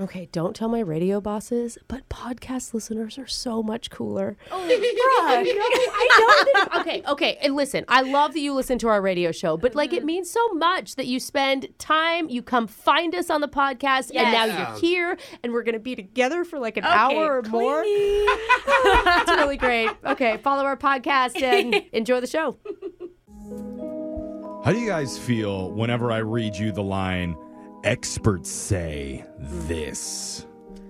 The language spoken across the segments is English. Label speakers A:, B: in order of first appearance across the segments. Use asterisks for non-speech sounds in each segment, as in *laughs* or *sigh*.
A: Okay, don't tell my radio bosses,
B: *laughs*
A: but podcast listeners are so much cooler.
C: *laughs*
B: I know.
A: okay, okay. And listen, I love that you listen to our radio show, but like it means so much that you spend time, you come find us on the podcast, and now you're
D: Yes.
A: here, and we're going to be together for like an
B: Okay,
A: hour or more. *laughs* That's really great. Okay, follow our podcast and enjoy the show.
E: How do you guys feel whenever I read you the line, experts say this?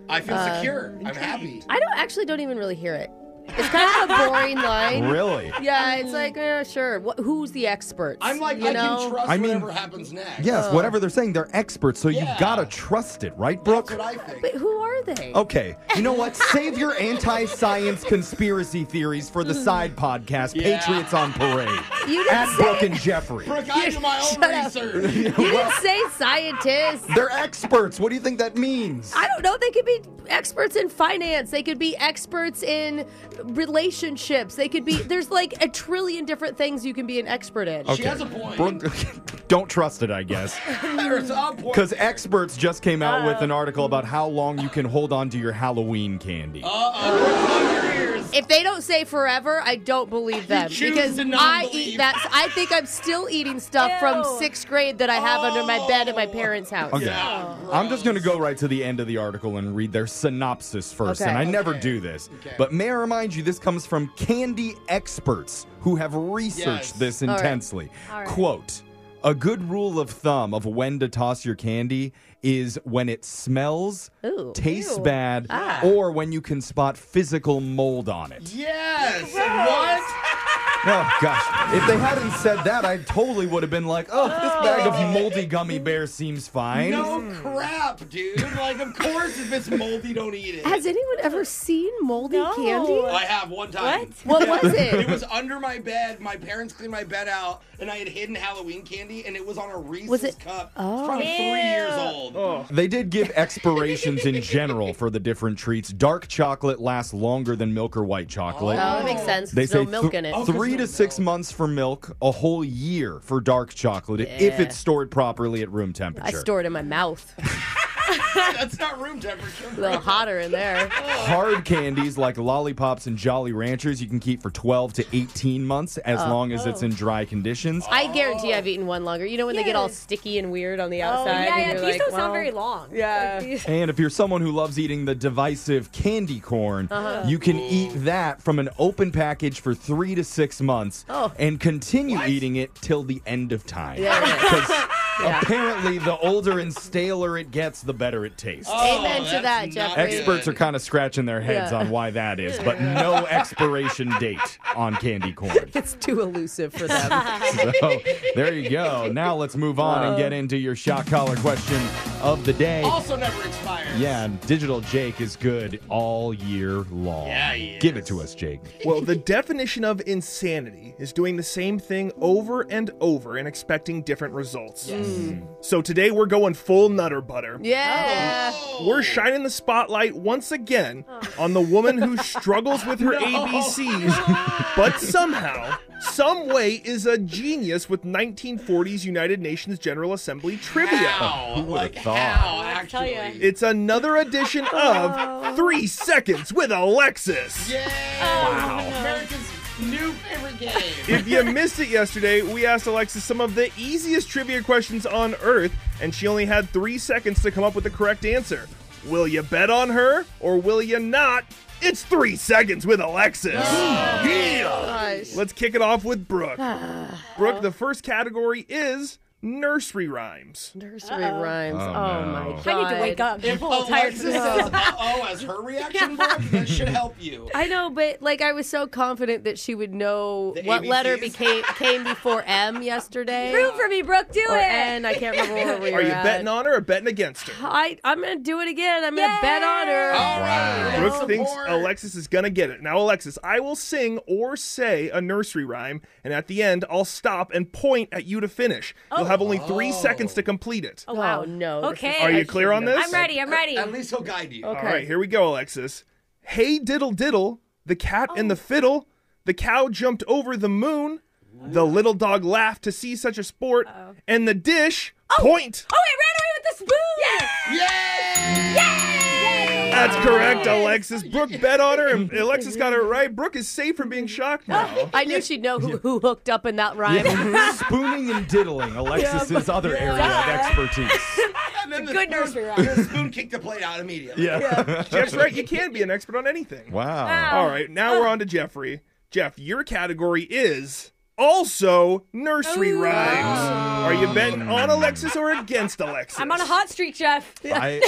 D: I feel
B: Uh,
D: secure. I'm happy.
B: I don't actually don't even really hear it. It's kind of
D: *laughs*
B: a boring line.
E: Really?
B: Yeah, it's like eh, sure. What, who's the expert?
D: I'm like,
B: you
D: I
B: know,
D: can trust
E: I mean-
D: whatever happens next.
B: Uh.
E: Yes, whatever they're saying, they're experts, so
D: Yeah.
E: you've got to trust it, right,
D: That's
E: Brooke?
D: what I think.
B: But who are they?
E: Okay, you know what? Save your anti science conspiracy theories for the side podcast,
D: Yeah.
E: Patriots on Parade.
B: *laughs* You didn't
E: at Brooke and Jeffrey.
D: Brooke, I do my own
E: *laughs*
D: research.
B: You didn't say scientists.
E: They're experts. What do you think that means?
B: I don't know. They could be experts in finance. They could be experts in relationships. They could be. There's like a trillion different things you can be an expert in.
D: She has a point. *laughs*
E: Brooke, *laughs* don't trust it, I guess.
D: There's a point.
E: Because experts just came out with an article about how long you can hold on to your Halloween candy.
D: Uh-oh, Brooke, plug your ears.
B: If they don't say forever, I don't believe them
D: choose
B: because
D: to not
B: I eat
D: believe.
B: that. I think I'm still eating stuff from
A: Ew.
B: sixth grade that I have under my bed at my
D: Oh.
B: parents' house.
E: Okay.
D: Yeah,
E: I'm just going to go right to the end of the article and read their synopsis first.
B: Okay.
E: And I never
D: Okay.
E: do this.
D: Okay.
E: But may I remind you, this comes from candy experts who have researched
D: Yes.
E: this
B: right.
E: intensely. Quote A good rule of thumb of when to toss your candy is when it smells,
B: Ooh.
E: tastes
B: Ew.
E: bad, or when you can spot physical mold on it.
D: Yes. What?
E: Oh gosh! If they hadn't said that, I totally would have been like, "Oh, this bag of moldy gummy bears seems fine."
D: No crap, dude. Like, of course, if it's moldy, don't eat it.
B: Has anyone ever seen moldy candy?
D: I have one time.
B: *laughs* What
E: *laughs*
B: was
D: It
B: it?
D: was under my bed. My parents cleaned my bed out, and I had hidden Halloween candy, and it was on a Reese's
B: Was it- Oh.
D: cup. It's probably three years old.
E: They did give expirations in general for the different treats. Dark chocolate lasts longer than milk or white chocolate.
B: Oh, that makes sense. 'cause
E: They
B: There's no
E: say
B: milk
E: th-
B: in it.
D: Oh, 'cause
E: three to
D: there's no
E: six
D: milk.
E: months for milk, a whole year for dark chocolate, if
B: Yeah.
E: it's stored properly at room temperature.
B: I store it in my mouth.
D: *laughs* That's not room temperature.
B: A little hotter in there.
E: Hard candies like lollipops and Jolly Ranchers you can keep for 12 to 18 months as
B: Oh.
E: long as it's in dry conditions.
B: I guarantee I've eaten one longer. You know when they get all
A: Yes.
B: sticky and weird on the
A: Oh, yeah,
B: outside? and
A: yeah. These
B: you're like,
A: don't
B: well,
A: sound very long.
B: yeah.
A: Like, these-
E: And if you're someone who loves eating the divisive candy corn,
B: Uh-huh.
E: you can eat that from an open package for three to six months
B: Oh.
E: and continue eating it till the end of time.
B: Yeah, yeah.
E: Because
B: *laughs* Yeah.
E: apparently, the older and staler it gets, the better it tastes.
B: Amen to
D: Oh, that's
B: that,
D: not
B: Jeffrey.
D: good.
E: Experts are kind of scratching their heads
B: Yeah.
E: on why that is, but no expiration date on candy
B: *laughs*
E: corn.
B: It's too elusive for them.
E: So there you go. Now let's move on
B: Uh.
E: and get into your shock collar question of the day.
D: also never expires.
E: Yeah, and Digital Jake is good all year long.
D: Yeah, he
E: Give it
D: is.
E: to us, Jake.
F: Well, the definition of insanity is doing the same thing over and over and expecting different results. Mm. So today we're going full nutter butter.
B: yeah.
D: Oh.
F: We're shining the spotlight once again on the woman who struggles with her ABCs,
D: *laughs*
F: but somehow, some way, is a genius with 1940s United Nations General Assembly trivia.
D: How?
E: would've
D: like
E: thought?
D: how?
A: I tell ya.
D: Actually. Oh,
F: It's another edition of Three Seconds with Alexis.
D: Yay! Wow. America's new favorite game.
F: If you
B: *laughs*
F: missed it yesterday, we asked Alexis some of the easiest trivia questions on Earth, and she only had three seconds to come up with the correct answer. Will you bet on her, or will you not? It's three seconds with Alexis.
B: Oh, Gosh.
F: Let's kick it off with Brooke.
A: Ah.
F: Brooke, the first category is nursery rhymes.
B: Nursery rhymes.
E: Oh,
B: Oh,
E: no.
B: my god.
A: I need to wake up. I'm a little tired.
D: Alexis
A: from this.
D: *laughs* says, uh-oh, oh, as her reaction, Brooke,
B: *laughs*
D: that should help you.
B: I know, but like I was so confident that she would know
D: The
B: what letter
D: ABCs?
B: became came before M yesterday.
A: Root for me, Brooke. Do
B: or
A: it.
B: N. I can't remember where we were
F: Are you
B: at.
F: betting on her or betting against her?
B: I I'm gonna do it again. I'm gonna bet on her.
F: Oh,
D: All right.
F: Brooke
D: that's the
F: thinks
D: board.
F: Alexis is gonna get it. Now, Alexis, I will sing or say a nursery rhyme, and at the end, I'll stop and point at you to finish. You'll have only three seconds to complete it.
A: Oh,
B: Wow,
A: wow.
B: no. this is-
A: Okay.
F: Are you clear on this?
A: I'm ready. I'm ready.
D: At least he'll guide you.
F: All right, here we go, Alexis. Hey, diddle diddle, the cat and the fiddle, the cow jumped over the moon, the little dog laughed to see such a sport, and the dish point.
A: oh, it ran away with the spoon.
D: Yay!
F: That's correct, Alexis. Brooke bet on her, and Alexis got it right. Brooke is safe from being shocked now.
B: Oh, I knew she'd know who, who hooked up in
F: *laughs*
B: that rhyme.
E: Yeah, spooning and diddling, Alexis's other area of expertise.
D: And then the
C: Good
D: spoon-
C: nursery rhyme.
D: The spoon kicked the plate out immediately.
E: Yeah.
F: *laughs* Jeff's right. You can be an expert on anything.
E: Wow.
F: All right, now
B: Oh.
F: we're on to Jeffrey. Jeff, your category is also nursery rhymes.
E: Oh.
F: Are you betting on Alexis or against Alexis?
C: I'm on a hot streak,
D: *laughs*
C: Jeff.
E: I,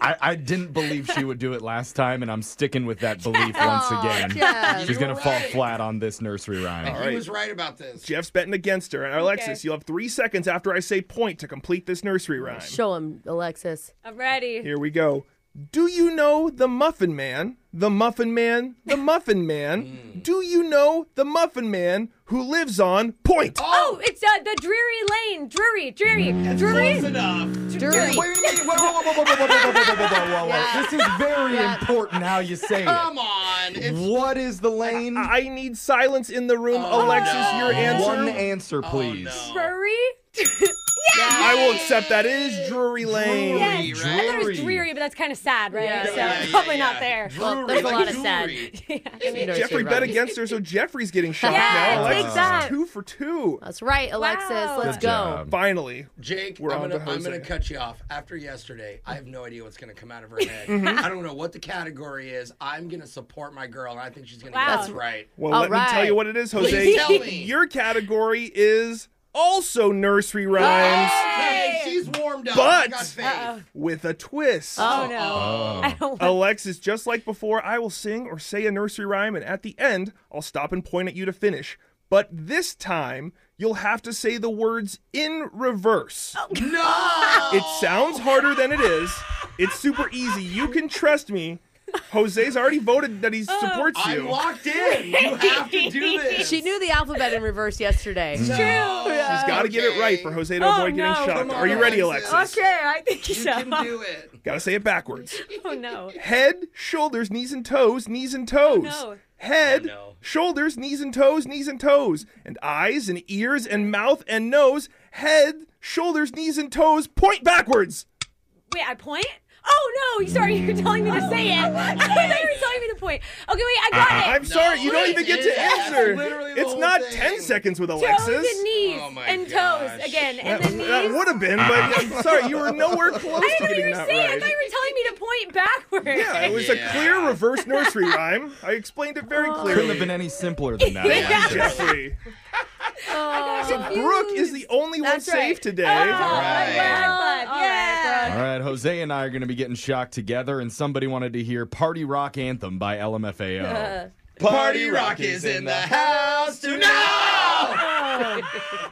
E: I I didn't believe she would do it last time, and I'm sticking with that belief once again.
B: Jeff.
E: She's gonna
D: You were
E: fall
D: right.
E: flat on this nursery rhyme.
D: He
F: right.
D: was right about this.
F: Jeff's betting against her. And Alexis, you'll have three seconds after I say point to complete this nursery rhyme.
B: Show him, Alexis.
C: I'm ready.
F: Here we go. Do you know the Muffin Man? The Muffin Man? The Muffin
E: *laughs* Hmm.
F: Man? Do you know the Muffin Man who lives on point?
C: *laughs* Oh, it's uh, the dreary lane. Dreary, dreary, dreary.
D: Mm, Close enough.
B: Dirty.
E: Wait a minute. Whoa, whoa, *laughs* whoa, whoa, whoa, whoa, whoa, whoa, whoa, whoa, whoa, whoa, whoa. This is very important how you say it.
D: Come on. It's
E: What is the lane? Oh,
F: I need silence in the room. Alexis, your answer.
C: Oh,
E: One answer, please.
D: no.
C: Dreary? *laughs*
F: I will accept that. It is Drury Lane.
C: Yes.
D: Dreary,
C: I thought it
E: right?
C: was dreary, but that's kind of sad, right?
B: Yeah.
C: so
D: Yeah, yeah,
C: probably
D: yeah.
C: not there.
B: Well, there's a
D: Like
B: lot of sad.
D: jewelry.
F: Jeffrey bet against her, so Jeffrey's getting shot
C: Yeah,
F: now.
C: take
F: Alexis
C: that.
F: is two for two.
B: That's right, Alexis.
C: Wow.
B: Let's
E: Good
B: go.
E: job.
F: Finally.
D: Jake,
F: We're
D: I'm
F: on
D: gonna,
F: to
D: I'm gonna
F: Jose.
D: cut you off. After yesterday, I have no idea what's gonna come out of her head. I don't know what the category is. I'm gonna support my girl, and I think she's gonna
C: Wow.
D: get this right.
F: Well,
B: All
F: let me tell
B: right.
F: you what it is, Jose. *laughs*
D: Please tell me.
F: Your category is also nursery rhymes
D: Okay, she's warmed up. I
F: But-
D: got faith.
F: with a twist.
C: Oh, no. I don't want
F: Alexis, just like before, I will sing or say a nursery rhyme, and at the end, I'll stop and point at you to finish. But this time, you'll have to say the words in reverse.
C: Oh. *laughs*
D: No.
F: It sounds harder than it is. It's super easy. You can trust me. Jose's already voted that he
C: Oh.
F: supports
D: I'm
F: you.
D: locked in.
C: *laughs*
D: You have to do this.
B: She knew the alphabet in reverse yesterday.
C: True.
F: She's got to get it right for Jose to
C: Oh,
F: avoid getting
C: no.
F: shocked.
C: Come Oh.
F: Are you
D: on,
F: ready,
D: Alexis.
F: Alexis?
C: Okay, I think
D: You
C: so.
D: can do it.
F: Got to say it backwards.
C: *laughs* Oh, no.
F: Head, shoulders, knees and toes, knees and toes.
C: no.
F: Head,
D: Oh, no.
F: shoulders, knees and toes, knees and toes. And eyes and ears and mouth and nose. Head, shoulders, knees and toes. Point backwards.
C: Wait, I point? Oh no! Sorry, *laughs* you're telling me to say
B: *laughs*
C: it. *laughs* I thought you were telling me to point. Okay, wait, I got it.
F: I'm sorry, you don't
D: it
F: even get
D: is.
F: to
D: That's
F: answer.
D: literally the
F: It's
D: whole
F: not
D: thing.
F: 10 seconds with
C: toes
F: Alexis.
C: and knees
D: Oh, my
C: and
D: gosh.
C: toes again, and
F: That,
C: then knees.
F: that would have been, but
D: *laughs*
F: I'm sorry, you were nowhere close
C: I
F: to
C: didn't know what you
F: getting
C: were
F: that
C: saying. I
F: right.
C: thought you were telling me to point backwards.
F: Yeah, it was a
D: Yeah.
F: clear reverse nursery rhyme. I explained it very
C: Oh.
E: Couldn't
F: clearly.
E: have been any simpler than that.
C: Yeah.
E: Alexis.
F: Jeffrey. Brooke is the only one
C: That's
F: safe
C: right.
A: Oh,
F: today.
D: right.
C: Well,
B: All right,
C: yeah.
E: All right, Jose and I are going to be getting shocked together, and somebody wanted to hear Party Rock Anthem by LMFAO.
D: *laughs* Party Rock is in the house tonight. Oh,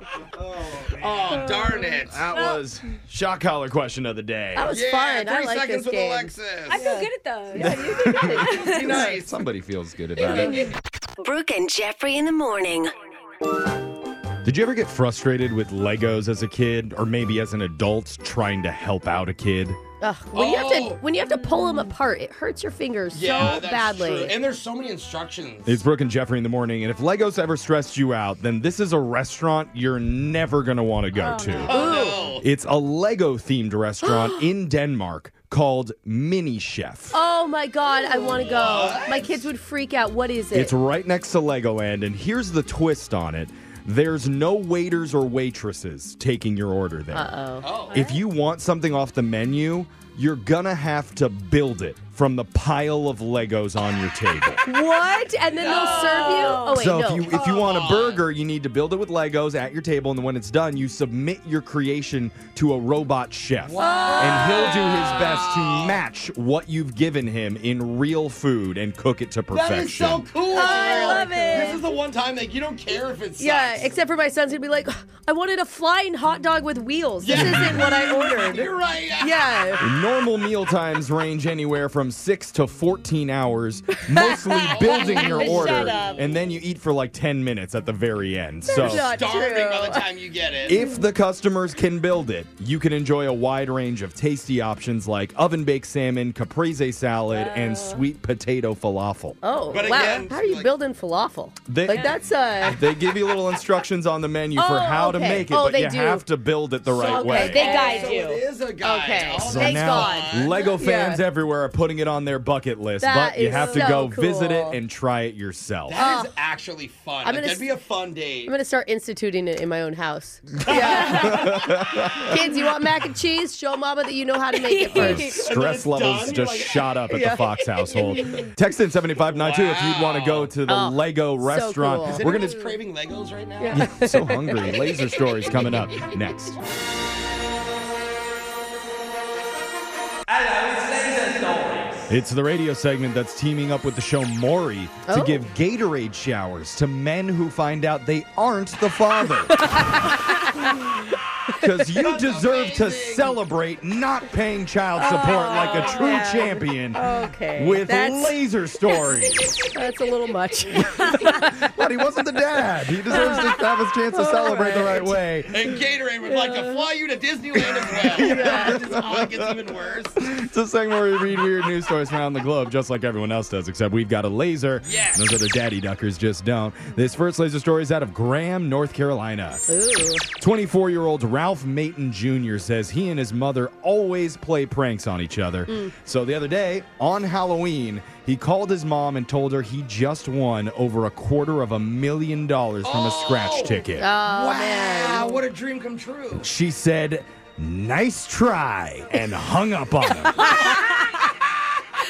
B: *laughs* Oh,
D: darn it.
E: That was shock collar question of the day.
B: That was
D: yeah,
B: fun.
D: Three
B: I like
D: seconds
B: this
D: with
B: game.
D: Alexis.
C: I feel good at those.
E: *laughs*
D: Be nice.
E: Somebody feels good about it.
G: Brooke and Jeffrey in the morning.
E: Did you ever get frustrated with Legos as a kid, or maybe as an adult trying to help out a kid?
B: *laughs* Ugh, when you have to
D: Oh.
B: when you have to pull them apart, it hurts your fingers
D: Yeah,
B: so
D: that's
B: badly.
D: true. And there's so many instructions.
E: It's Brooke and Jeffrey in the morning, and if Legos ever stressed you out, then this is a restaurant you're never going to want to go to.
D: oh,
E: It's a Lego themed
D: *gasps*
E: restaurant in Denmark called Mini Chef.
B: Oh my god, I want to go. My kids would freak out. What is it?
E: It's right next to Legoland, and here's the twist on it. There's no waiters or waitresses taking your order there.
B: Uh-oh.
D: no.
E: If you want something off the menu, you're gonna have to build it from the pile of Legos on your table.
D: Oh.
B: What? And then they'll serve you? Oh wait,
E: so
B: no.
E: if you if you want a burger, you need to build it with Legos at your table, and then when it's done, you submit your creation to a robot chef, and he'll do his best to match what you've given him in real food and cook it to perfection.
D: That is so cool.
B: I love
D: This
B: it.
D: is the one time that you don't care if it's
B: Yeah, except for my son's gonna be like, I wanted a flying hot dog with wheels. This
D: Yeah.
B: isn't what I
D: *laughs*
B: ordered.
D: You're right.
B: Yeah.
E: Normal meal times range anywhere from 6 to 14 hours,
B: *laughs*
E: mostly building your order. And then you eat for like 10 minutes at the very end. So
B: Not
D: Starving
B: true.
D: by the time you get it.
E: if the customers can build it, you can enjoy a wide range of tasty options like oven baked salmon, caprese salad, and sweet potato falafel.
B: Oh,
D: But
B: wow.
D: again,
B: How are you
D: like-
B: building falafel.
E: They-
B: like that's uh
E: They give you little instructions on the menu for
B: Oh,
E: how to
B: okay.
E: make it,
B: Oh,
E: but
B: they
E: you
B: do.
E: have to build it the right
B: okay,
E: way.
B: they
D: So
B: guide
D: it
B: you.
D: is a guy.
B: Okay,
D: Oh,
E: so
B: thank
E: now
B: God.
E: Lego fans
B: Yeah.
E: everywhere are putting it on their bucket list,
B: That
E: but you
B: is
E: have to
B: so
E: go visit it
B: cool. Oh,
E: and try it yourself. *laughs*
D: That is actually fun. Like,
B: I'm gonna
D: that'd
B: s-
D: be a fun date.
B: I'm gonna start instituting it in my own house. Yeah. Kids, you want mac and cheese? Show mama that you know how to make
E: *laughs*
B: it
E: Our
B: first.
E: stress
D: done,
E: levels
D: you're
E: just
D: like-
E: shot up at the
B: Yeah. *laughs*
E: Fox household. Text in 7592 if you'd want to go to the
B: Oh,
E: Lego restaurant.
B: cool. Is
E: We're
D: We're
E: going *laughs*
B: *laughs*
D: gonna
E: to
D: craving Legos right now.
E: so hungry. Laser stories coming up next. It's the radio segment that's teaming up with the show Maury to
B: Oh.
E: give Gatorade showers to men who find out they aren't the
B: *laughs*
E: father. Because you deserve to celebrate not paying child support like a true champion
B: Oh, Okay.
E: with
B: that's,
E: laser stories.
B: *laughs* that's a little much.
E: but he wasn't
B: *laughs*
E: the dad. He deserves to have his chance to celebrate the right way.
D: And Gatorade would like to fly you to Disneyland *laughs* as well. That's just how it gets even worse.
E: It's a segment where we read weird news stories from around the globe, just like everyone else does, except we've got a laser.
D: Yes.
E: Those other daddy duckers just don't. This first laser story is out of Graham, North Carolina. 24 year old Ralph Mayton Jr. says he and his mother always play pranks on each other. So the other day, on Halloween, he called his mom and told her he just won over a quarter of a million dollars from a scratch
D: Oh,
E: ticket.
D: wow, what a dream come *laughs* true.
E: She said, Nice try, and hung up on him.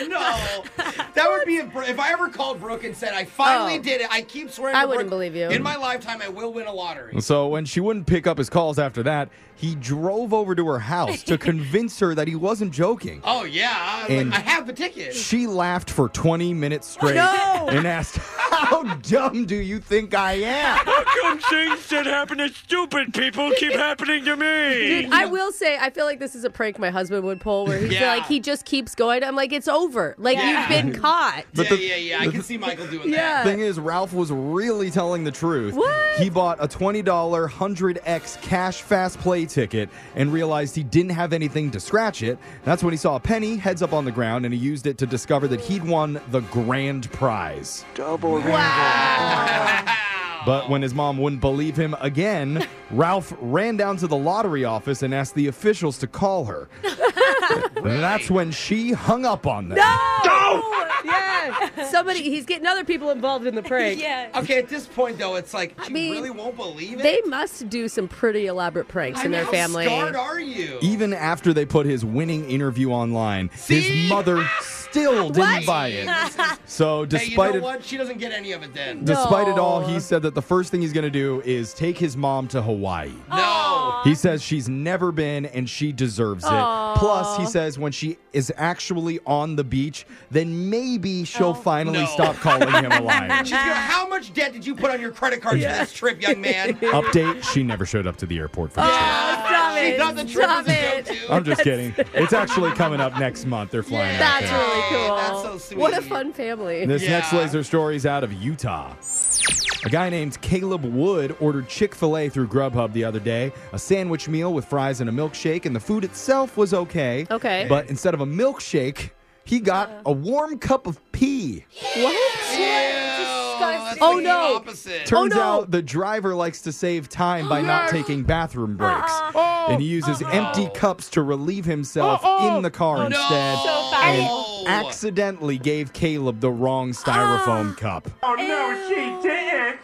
D: No, that would be a, if I ever called Brooke and said I finally
B: Oh.
D: did it. I keep swearing.
B: I
D: to
B: wouldn't
D: Brooke,
B: believe you.
D: In my lifetime, I will win a lottery.
E: So when she wouldn't pick up his calls after that, he drove over to her house
B: *laughs*
E: to convince her that he wasn't joking.
D: Oh yeah, I, was
E: And-
D: like, I have the ticket.
E: She laughed for 20 minutes straight and asked, How dumb do you think I
D: *laughs*
E: am?
H: Some things that happen to stupid people keep happening to me.
B: Dude, I will say, I feel like this is a prank my husband would pull where he's
D: Yeah.
B: like, he just keeps going. I'm like, it's over. Like, you've been caught.
E: But
D: yeah,
E: the-
D: yeah, yeah. I can see Michael doing
B: Yeah.
D: that. *laughs*
E: Thing is, Ralph was really telling the truth.
B: What?
E: He bought a $20 100X cash fast play ticket and realized he didn't have anything to scratch it. That's when he saw a penny heads up on the ground and he used it to discover that he'd won the grand prize.
D: Wow.
E: But when his mom wouldn't believe him again, Ralph ran down to the lottery office and asked the officials to call her. That's when she hung up on them.
B: Yeah. Somebody, he's getting other people involved in the prank.
C: Yeah.
D: Okay, at this point though, it's like she
B: mean,
D: really won't believe it.
B: They must do some pretty elaborate pranks
D: I
B: in
D: mean,
B: their
D: how
B: family.
D: Scarred are you?
E: Even after they put his winning interview online,
D: See?
E: his mother still didn't buy
D: *laughs*
E: it. So
D: hey, you know
E: despite it,
D: what? She doesn't get any of it then.
E: despite it all, he
B: No.
E: said that the first thing he's going to do is take his mom to Hawaii.
D: No.
E: He says she's never been and she deserves it. Plus, he says when she is actually on the beach, then maybe
B: Oh.
E: she'll finally
D: No.
E: stop calling him a
B: *laughs*
E: liar.
D: *laughs* She's gonna, how much debt did you put on your credit card for this trip, young man?
E: *laughs* Update: She never showed up to the airport for the trip.
B: Stop
D: she
B: it.
D: thought the trip
B: Stop
D: was a joke
B: it.
D: too.
E: I'm just kidding. It's actually coming up next month. They're flying out
B: That's
E: there.
B: really
D: Hey,
B: cool.
D: that's so sweet.
B: What a fun family.
E: This
D: Yeah.
E: next laser story is out of Utah. A guy named Caleb Wood ordered Chick fil A through Grubhub the other day, a sandwich meal with fries and a milkshake, and the food itself was okay.
B: Okay.
E: But instead of a milkshake, he got a warm cup of pee.
D: Ew, that's
B: Oh,
D: the
B: no. Oh,
D: Opposite.
E: Turns
B: no.
E: out the driver likes to save time by not taking bathroom breaks.
D: Ah, Oh.
E: And he uses empty cups to relieve himself in the car
D: No.
E: instead.
D: So
E: and
D: foul.
E: accidentally gave Caleb the wrong styrofoam
D: Ah.
E: cup.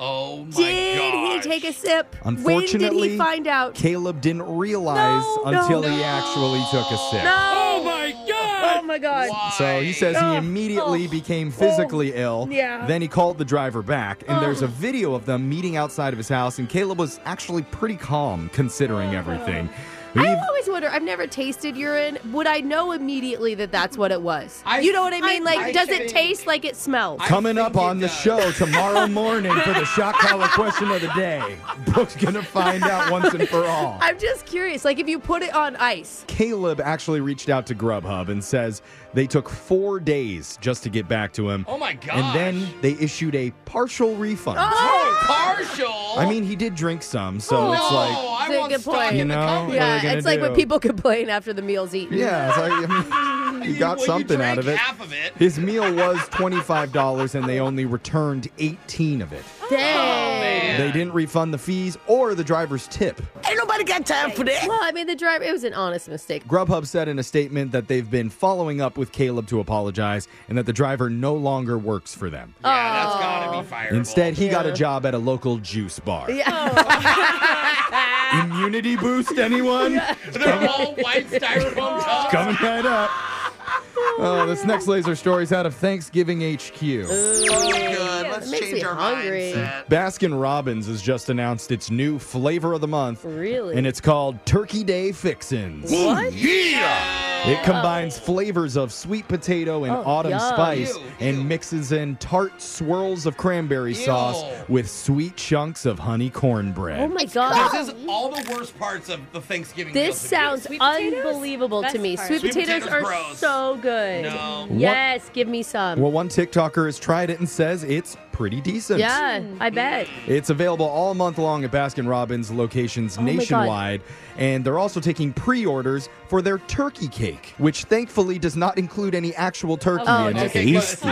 D: Oh my
B: Did
D: gosh.
B: he take a sip?
E: Unfortunately,
B: when did he find
D: Oh.
B: out?
E: Caleb didn't realize until he actually took a sip.
B: Oh my god! Oh my god!
E: So he says
D: Oh.
E: he immediately became physically ill.
B: yeah.
E: Then he called the driver back, and there's
D: Oh.
E: a video of them meeting outside of his house. And Caleb was actually pretty calm
D: Oh.
E: considering everything.
B: I
E: We've-
B: always wonder. I've never tasted urine. Would I know immediately that that's what it was?
D: I-
B: you know what I mean?
D: I-
B: like,
D: I
B: does
D: think-
B: it taste like it smells?
E: Coming
D: think
E: up
D: it
E: on the
D: does.
E: show
D: *laughs*
E: tomorrow morning for the shock collar question of the day. Brooke's gonna find out once and for all.
B: I'm just curious. Like, if you put it on ice,
E: Caleb actually reached out to Grubhub and says they took four days just to get back to him.
D: Oh my gosh.
E: And then they issued a partial refund.
D: Oh, partial.
E: I mean, he did drink some, so
D: no,
E: it's like,
D: I
B: Oh! It's a
D: want
B: good
D: stock
B: point.
D: in
E: You
D: the
E: know?
D: company.
E: Yeah.
B: Yeah,
E: we gonna
B: it's like when
E: do?
B: people complain after the meal's eaten.
E: yeah, it's like I
D: *laughs*
E: mean, he got
D: Well, you
E: something out
D: drank
E: of it.
D: Half of it.
E: His meal was $25 and they only returned 18 of it.
D: Oh,
B: Dang.
E: They didn't refund the fees or the driver's tip.
B: well, I mean, the driver, it was an honest mistake.
E: Grubhub said in a statement that they've been following up with Caleb to apologize and that the driver no longer works for them.
D: Yeah, that's gotta be fireable.
E: Instead, he got a job at a local juice bar. *laughs*
B: *laughs*
D: *laughs*
E: Immunity boost,
B: *laughs*
E: anyone?
D: they're all white styrofoam tubs.
E: Coming right up. Oh, this next laser story is out of Thanksgiving HQ.
D: Oh, good. Let's
B: makes
D: change
B: me
D: our
B: hungry.
D: mindset.
E: Baskin Robbins has just announced its new flavor of the month.
B: Really?
E: And it's called Turkey Day Fixins. It combines flavors of sweet potato and autumn
B: Oh, yum.
E: spice
D: Ew,
E: and
D: ew.
E: mixes in tart swirls of cranberry sauce with sweet chunks of honey cornbread.
B: Oh my god.
D: This is all the worst parts of the Thanksgiving. meal
B: This
D: to me.
B: sounds
C: Sweet potatoes?
B: unbelievable to
C: Best
B: me.
C: part.
B: Sweet,
D: Sweet
B: potatoes,
D: potatoes
B: are
D: gross.
B: so good.
D: No.
B: Yes, give me some.
E: Well, one TikToker has tried it and says it's pretty decent.
B: yeah, I bet.
E: It's available all month long at Baskin Robbins locations
B: Oh my God.
E: nationwide. And they're also taking pre orders for their turkey cake, which thankfully does not include any actual turkey
B: Oh, uh,
E: in it.
B: okay,
D: Tasty.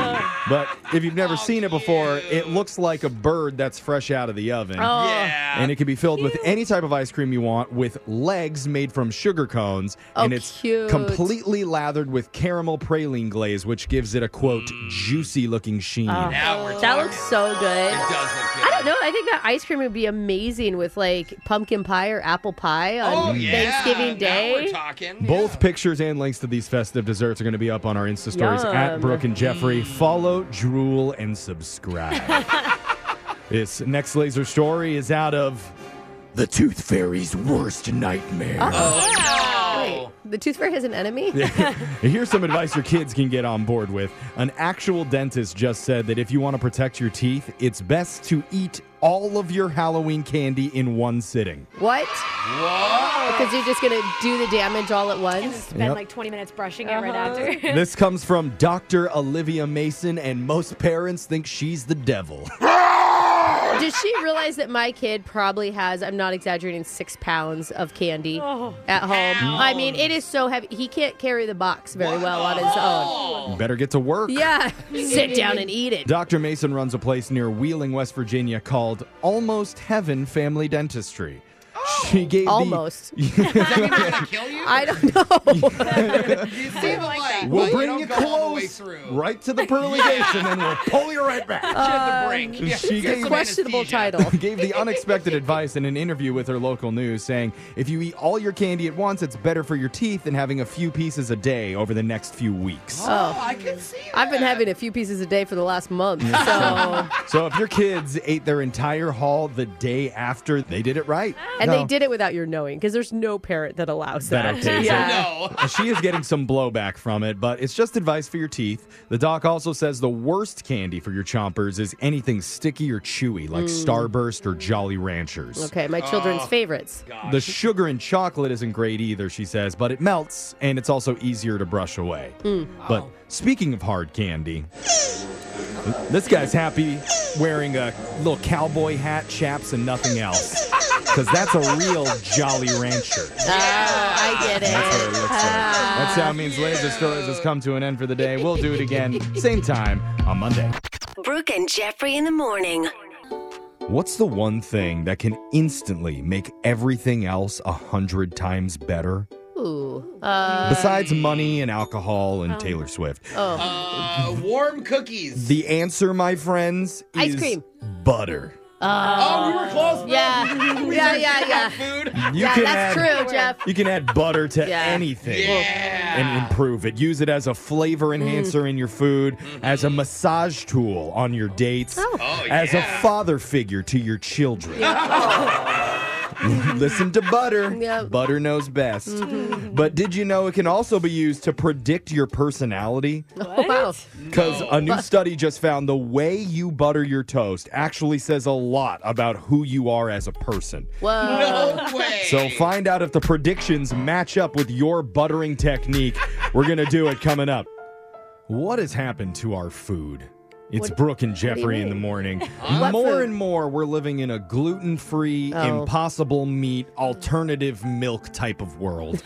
E: But if you've never
D: Oh,
E: seen it before,
D: cute.
E: it looks like a bird that's fresh out of the oven.
B: Oh.
D: Yeah.
E: And it can be filled with any type of ice cream you want, with legs made from sugar cones,
B: Oh,
E: and it's
B: cute.
E: completely lathered with caramel praline glaze, which gives it a quote juicy looking sheen.
B: Oh.
D: now we're
B: That
D: talking.
B: looks so good.
D: It does look good.
B: I don't know. I think that ice cream would be amazing with like pumpkin pie or apple pie on
D: Oh, yeah.
B: Thanksgiving
D: Now we're
B: Day.
D: talking.
E: Both
D: Yeah.
E: pictures and links to these festive desserts are going to be up on our Insta stories
B: Yum.
E: at Brooke and Jeffrey. Follow, drool, and subscribe. this next laser story is out of the Tooth Fairy's worst nightmare.
D: Oh,
B: Uh-huh. Wait, the tooth fairy has an enemy?
E: *laughs* Here's some advice your kids can get on board with. An actual dentist just said that if you want to protect your teeth, it's best to eat all of your Halloween candy in one sitting.
B: What?
D: no. Whoa.
B: Because you're just going to do the damage all at once? Uh-huh.
C: Spend
E: Yep.
C: like 20 minutes brushing it right after. *laughs*
E: this comes from Dr. Olivia Mason, and most parents think she's the devil. *laughs*
B: Does she realize that my kid probably has, I'm not exaggerating, six pounds of candy
D: Oh.
B: at home? I mean, it is so heavy. He can't carry the box very well on his own.
E: Better get to work.
B: Yeah. Sit down and eat it.
E: Dr. Mason runs a place near Wheeling, West Virginia called Almost Heaven Family Dentistry.
D: Oh.
E: She gave the- *laughs*
B: Almost.
D: Gonna kill you?
B: I don't know.
D: you seem like,
E: We'll
D: you
E: bring
D: don't
E: you
D: go all the way
E: close
D: through.
E: right to the
D: *laughs*
E: pearly gates, and then we'll pull you right back.
D: At the brink. Yeah,
E: she
D: get
E: gave-
D: some
B: Uh, Questionable
D: anesthesia.
B: title.
E: *laughs* gave the unexpected advice in an interview with her local news, saying, If you eat all your candy at once, it's better for your teeth than having a few pieces a day over the next few weeks.
D: Oh, I can see that.
B: I've been having a few pieces a day for the
D: *laughs*
B: last month. So,
E: So if your kids ate their entire haul the day after, they did it right.
B: and
E: No.
B: they did it without your knowing because there's no parent that allows
E: That
B: that.
E: okay, is it?
B: yeah.
E: *laughs*
D: No.
E: she is getting some blowback from it, but it's just advice for your teeth. The doc also says the worst candy for your chompers is anything sticky or chewy, like Starburst or Jolly Ranchers.
B: Mm. Okay, my
D: Oh,
B: children's favorites.
E: The sugar in chocolate isn't great either, she says, but it melts and it's also easier to brush away.
B: Mm.
E: But speaking of hard candy, this guy's happy wearing a little cowboy hat, chaps, and nothing else. Because that's a real Jolly Rancher.
B: Ah, I get
E: That's what it
B: it.
E: looks like.
B: uh,
E: That sound means Laser Stories has come to an end for the day. We'll do it again, same time, on Monday.
G: Brooke and Jeffrey in the morning.
E: What's the one thing that can instantly make everything else a hundred times better?
B: Ooh. Uh,
E: Besides money and alcohol
B: Um,
E: and Taylor Swift.
B: oh.
D: Uh, warm cookies.
E: The answer, my friends, is
B: Ice cream.
E: butter.
D: oh, we were close.
B: Uh,
D: *laughs*
B: yeah. Yeah, yeah, yeah.
D: Food.
E: You
B: Yeah,
E: can
B: that's
E: add,
B: true, Jeff.
D: *laughs*
E: You can add butter to
B: Yeah.
E: anything.
D: Yeah.
E: And improve it. Use it as a
B: Mm.
E: flavor enhancer in your food, as a massage tool on your dates,
D: Oh,
E: as
D: yeah.
E: a father figure to your children.
B: Oh.
E: *laughs* Listen to butter.
B: Yep.
E: Butter knows best. But did you know it can also be used to predict your personality?
B: Wow.
E: Because a new study just found the way you butter your toast actually says a lot about who you are as a person.
B: Whoa.
D: No way. *laughs*
E: So find out if the predictions match up with your buttering technique. We're going to do it coming up. What has happened to our food? It's Brooke and Jeffrey in the *laughs* morning. more and more, we're living in a gluten free, impossible meat, alternative milk type of *laughs* world.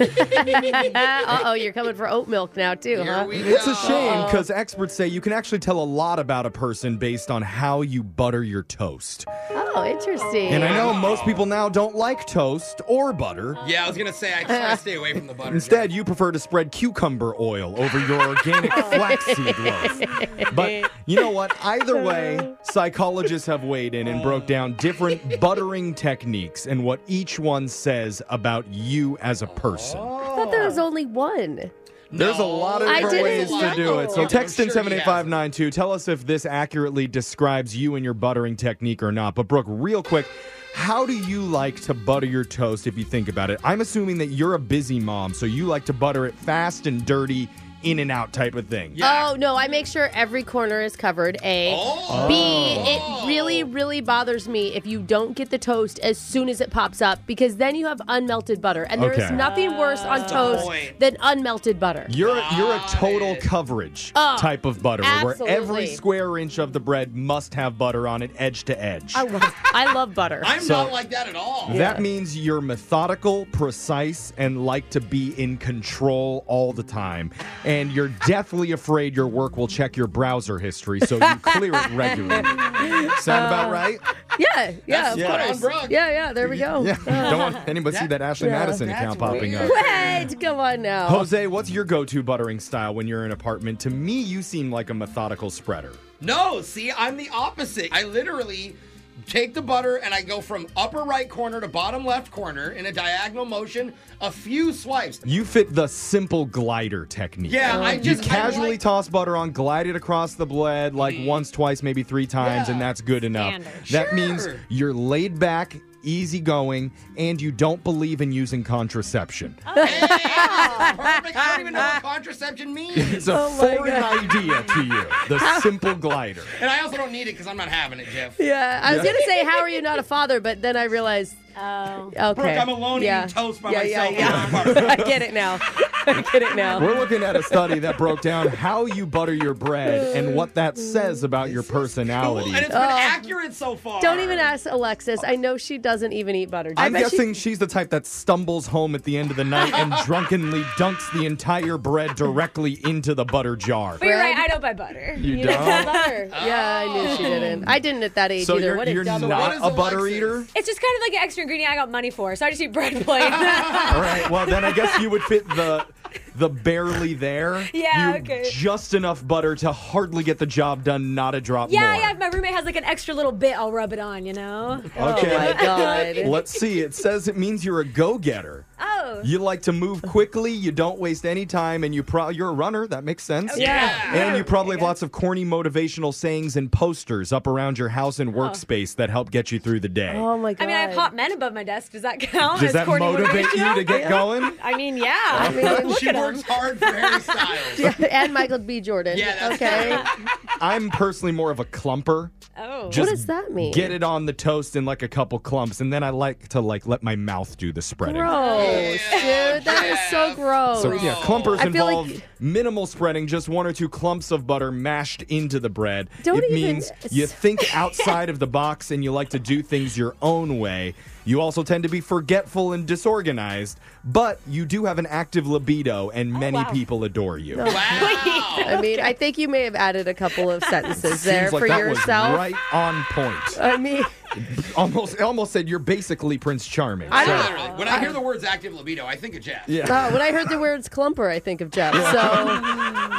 B: uh oh, you're coming for oat milk now too,
D: Here
B: huh?
D: we go.
E: it's a shame because experts say you can actually tell a lot about a person based on how you butter your toast.
B: Oh, interesting.
E: And I know most people now don't like toast or butter.
D: Yeah, I was gonna say I try to stay away from the butter.
E: Instead, you prefer to spread cucumber oil over your
B: *laughs*
E: organic
B: Oh.
E: flaxseed loaf. But you know what?
B: *laughs*
E: Either way, psychologists have weighed in and broke down different buttering techniques and what each one says about you as a person.
B: I thought there was only one.
E: There's a lot of
B: I
E: different ways
B: didn't
E: to do
B: know.
E: it. So
B: I'm
E: text in
D: sure he has
E: 78592. Tell us if this accurately describes you and your buttering technique or not. But Brooke, real quick, how do you like to butter your toast if you think about it? I'm assuming that you're a busy mom, so you like to butter it fast and dirty, in and out type of thing.
B: Oh no, I make sure every corner is covered. A.
D: Oh.
B: B, it really, really bothers me if you don't get the toast as soon as it pops up because then you have unmelted butter. And there is
E: Okay.
B: nothing worse on toast
D: point.
B: than unmelted butter.
E: You're a, you're a total coverage type of butterer
B: absolutely.
E: where every square inch of the bread must have butter on it, edge to edge.
B: I love, I love butter.
D: I'm
E: So-
D: not like that at
B: Oh.
D: all.
E: That means you're methodical, precise, and like to be in control all the time. And you're deathly afraid your work will check your browser history, so you
B: *laughs*
E: *laughs* clear it regularly. Sound
B: Uh.
E: about right?
B: yeah, yeah,
D: That's
B: of
D: spot on,
B: course.
D: Brooke.
B: Yeah, yeah, there we go. Uh-huh.
E: Yeah. Don't want anybody to see that Ashley Madison
D: that's
E: account popping up.
B: Wait, come on now.
E: Jose, what's your go to buttering style when you're in an apartment? To me, you seem like a methodical spreader.
D: No, see, I'm the opposite. I literally take the butter and I go from upper right corner to bottom left corner in a diagonal motion, a few swipes.
E: You fit the simple glider technique.
D: Yeah, I
E: You
D: just I
E: casually
D: like-
E: toss butter on, glide it across the bread like once, twice, maybe three times,
D: Yeah.
E: and that's good enough.
C: Standard.
E: That means you're laid back, easygoing, and you don't believe in using contraception.
D: Oh
B: Oh,
D: Perfect. I don't even know
B: *laughs*
D: what contraception means.
E: It's a
B: Oh,
E: foreign idea to you, the simple glider.
D: And I also don't need it because I'm not having it, Jeff.
B: yeah, I was going to say, how are you not a father? But then I realized,
C: Oh.
B: okay.
D: *laughs* Brooke, I'm alone
B: yeah.
D: eating toast by
B: yeah,
D: myself.
B: Yeah, *laughs* yeah. I get it now. I get it now.
E: We're looking at a study that broke down how you butter your bread and what that says about your personality.
D: And it's been accurate so far.
B: Oh. Don't even ask Alexis. I know she doesn't even eat butter. I
E: I'm
B: bet she-
E: guessing she's the type that stumbles home at the end of the night and drunkenly dunks the entire bread directly into the butter jar.
C: But you're right, I don't buy butter.
E: You don't?
B: butter. Yeah, I
D: Oh.
B: knew she didn't. I didn't at that age
E: So
B: either.
E: you're,
B: What a
E: you're
B: dumb
D: what
E: not
D: is
E: a butter
D: Alexis?
E: eater?
C: It's just kind of like an extra ingredient I got money for, so I just eat bread
F: *laughs*
C: plain. *laughs*
E: All right. Well, then I guess you would fit the the barely there.
C: Yeah,
E: You
C: okay.
E: Just enough butter to hardly get the job done. Not a
D: Uh,
E: drop
C: yeah,
E: more.
C: yeah. If my roommate has like an extra little bit, I'll rub it on. You know. *laughs*
E: Okay.
B: Oh my god.
E: Let's see. It says it means you're a go-getter.
C: Oh.
E: You like to move quickly. You don't waste any time, and you pro- you're a runner. That makes sense.
D: Yeah.
E: And you probably have lots of corny motivational sayings and posters up around your house and workspace that help get you through the day.
B: Oh my god.
C: I mean, I have hot men above my desk. Does that count?
E: Does
C: as
E: that
C: corny
E: motivate
C: motivation?
E: you to get going?
C: I mean,
D: *laughs*
C: yeah. I mean, look
D: She
C: at
D: works
C: him.
D: hard for Harry Styles.
B: *laughs* and Michael B. Jordan.
D: Yeah, that's
B: okay.
E: I'm personally more of a clumper.
C: Oh.
E: Just
B: What does that mean?
E: Get it on the toast in like a couple clumps, and then I like to like let my mouth do the spreading.
B: Gross, dude. That is so gross.
E: So yeah, clumpers
B: I feel
E: involve
B: *laughs* like-
E: minimal spreading, just one or two clumps of butter mashed into the bread.
B: Don't
E: it
B: even-
E: means you think
B: *laughs*
E: outside of the box and you like to do things your own way. You also tend to be forgetful and disorganized, but you do have an active libido, and
B: Oh,
E: many people adore you.
B: *laughs*
D: Wow.
B: I mean, I think you may have added a couple of sentences there
E: Seems like
B: for
E: that
B: yourself.
E: was right on
B: *laughs*
E: point.
B: I mean,
E: Almost, almost said you're basically Prince Charming.
B: I
E: So-
B: don't-
D: Literally, when I hear the words active libido, I think of Jeff.
E: Yeah.
B: oh, when I heard the words clumper, I think of Jeff.
E: *laughs*
B: So Oh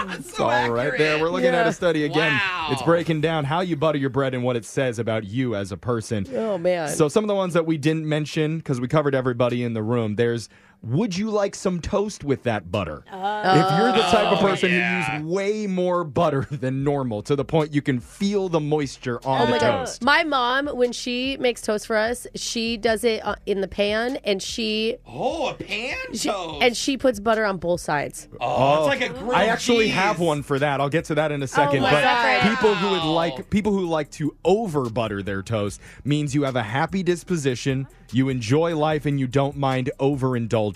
D: That's
E: It's
D: so
E: all right
D: accurate.
E: there. We're looking at
B: Yeah.
E: a study again.
D: Wow.
E: It's breaking down how you butter your bread and what it says about you as a person.
B: Oh, man.
E: So some of the ones that we didn't mention because we covered everybody in the room. There's would you like some toast with that butter? if you're the type of person
D: Uh, oh, yeah.
E: who use way more butter *laughs* than normal to the point you can feel the moisture
D: Oh
E: on the toast.
B: My mom, when she makes toast for us, she does it uh, in the pan, and she
D: Oh, a pan
B: She-
D: toast.
B: and she puts butter on both sides.
D: oh, it's like a grilled
E: I actually
D: cheese.
E: have one for that. I'll get to that in a second.
B: Oh, my
E: but
B: God.
E: people who would like people who like to over butter their toast means you have a happy disposition, you enjoy life, and you don't mind overindulging.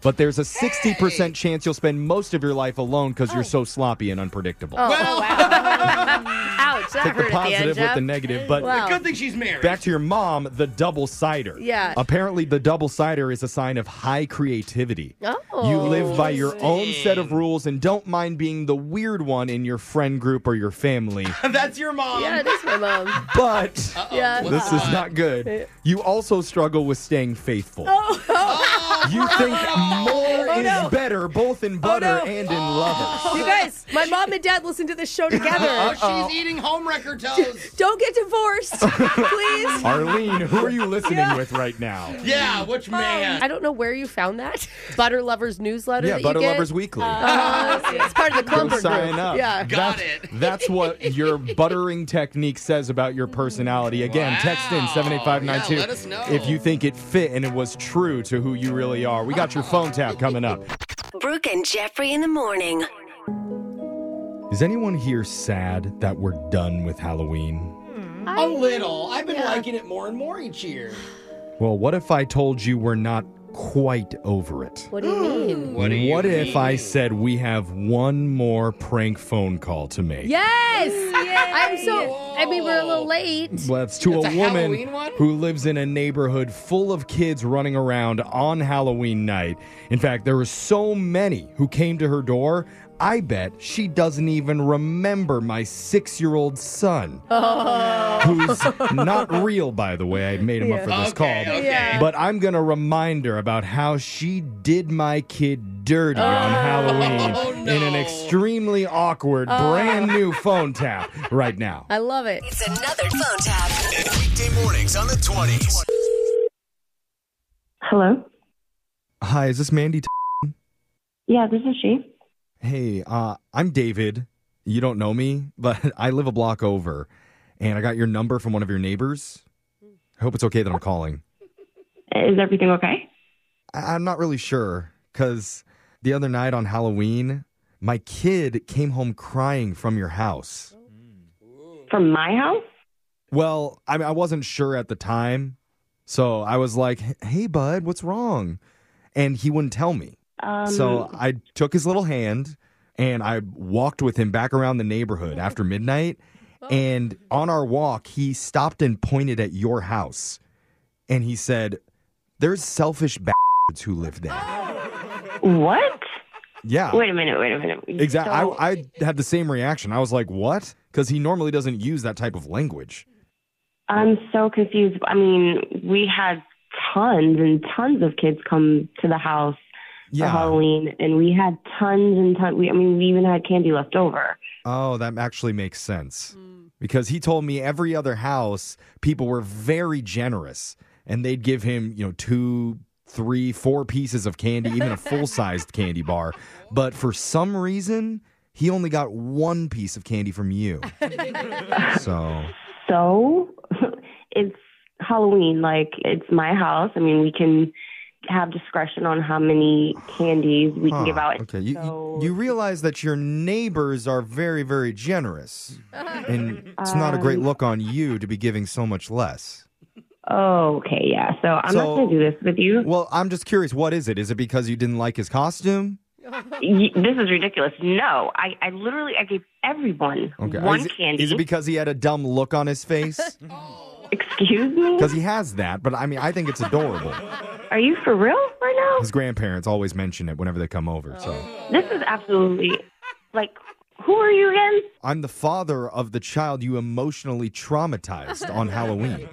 E: But there's a 60% chance you'll
B: Oh.
E: spend most of your life alone because you're so sloppy and unpredictable.
D: Well,
B: *laughs* Ouch!
E: Take the
B: hurt at the end,
E: positive with
B: Jeff.
E: the negative. But
B: Wow.
D: Good thing she's married.
E: back to your mom, the double cider.
B: Yeah.
E: Apparently, the double cider is a sign of high creativity.
B: Oh.
E: You live by your own set of rules and don't mind being the weird one in your friend group or your family.
D: *laughs* That's your mom.
B: Yeah, it is
D: *laughs*
B: my mom.
E: But
B: Yeah.
E: this is not
B: *laughs*
E: good. You also struggle with staying faithful.
B: Oh.
D: Oh,
E: You think more is better, both
B: Oh,
E: in butter and in lovers.
B: You guys, my mom and dad listen to this show
D: Oh, *laughs*
B: together.
D: she's eating home wrecker toes.
B: *laughs* Don't get divorced,
E: *gasps*
B: please.
E: Arlene, who are you listening with right now?
D: *laughs* yeah, which man?
B: I don't know where you found that *laughs* Butter Lovers newsletter.
E: Yeah,
B: that
E: Butter
B: you get.
E: Lovers Weekly.
B: Uh, it's part of
E: *laughs*
B: the
E: Go
B: Clumper
E: sign
B: group.
E: up.
B: Yeah.
D: Got
E: that's,
D: it.
E: That's what your buttering technique says about your personality. Again, text in
D: Wow.
E: 78592
D: Yeah, let us know.
E: if you think it fit and it was true to who you really are. We got your phone tap coming up.
G: Brooke and Jeffrey in the morning.
E: Is anyone here sad that we're done with Halloween?
B: *laughs*
D: A little. I've been liking it more and more each year.
E: Well, what if I told you we're not quite over it?
B: What do you mean?
D: What, do you
E: What if
D: mean?
E: I said we have one more prank phone call to make?
B: Yes. I'm so. I mean, we're a little late.
E: Well, that's to
D: That's
E: a
D: a
E: woman
D: Halloween one?
E: who lives in a neighborhood full of kids running around on Halloween night. In fact, there were so many who came to her door. I bet she doesn't even remember my six year old son. Oh. Who's not real, by the way. I made him up for this
D: Okay,
E: call.
D: okay. Yeah.
E: But I'm going to remind her about how she did my kid dirty on Halloween
D: Oh, no. Oh.
E: in an extremely awkward, brand new phone tap right now.
B: I love it.
G: It's another phone tap.
I: Weekday mornings on the 20s.
J: Hello.
E: Hi, is this Mandy?
J: Yeah, this is she.
E: Hey, uh, I'm David. You don't know me, but *laughs* I live a block over, and I got your number from one of your neighbors. I hope it's okay that I'm calling.
J: Is everything okay?
E: I- I'm not really sure, because the other night on Halloween, my kid came home crying from your house.
J: From my house?
E: Well, I mean, I wasn't sure at the time, so I was like, hey, bud, what's wrong? And he wouldn't tell me.
J: Um,
E: So I took his little hand and I walked with him back around the neighborhood after midnight. And on our walk, he stopped and pointed at your house. And he said, There's selfish bastards who live there.
J: what?
E: Yeah.
J: Wait a minute. Wait a minute.
E: Exactly.
J: So-
E: I, I had the same reaction. I was like, What? Because he normally doesn't use that type of language.
J: I'm so confused. I mean, we had tons and tons of kids come to the house
E: Yeah.
J: for Halloween, and we had tons and tons. We, I mean, we even had candy left over.
E: Oh, that actually makes sense. Because he told me every other house, people were very generous and they'd give him, you know, two, three, four pieces of candy, even a full sized candy bar. But for some reason, he only got one piece of candy from you. so,
J: So *laughs* it's Halloween. Like, it's my house. I mean, we can have discretion on how many candies we
E: huh,
J: can give out.
E: okay. You,
J: So-
E: you, you realize that your neighbors are very, very generous. And it's not a great
J: Um,
E: look on you to be giving so much less.
J: Oh, okay, yeah. So I'm
E: So-
J: not going to do this with you.
E: Well, I'm just curious, what is it? Is it because you didn't like his costume?
J: Y- this is ridiculous. No, I, I literally I gave everyone
E: Okay.
J: one
E: is it,
J: candy.
E: Is it because he had a dumb look on his face?
J: *laughs* Excuse me?
E: Because he has that, but I mean, I think it's adorable.
J: Are you for real right Oh.
E: His grandparents always mention it whenever they come over. So
J: now? This is absolutely like who are you again?
E: I'm the father of the child you emotionally traumatized
J: *laughs*
E: on Halloween.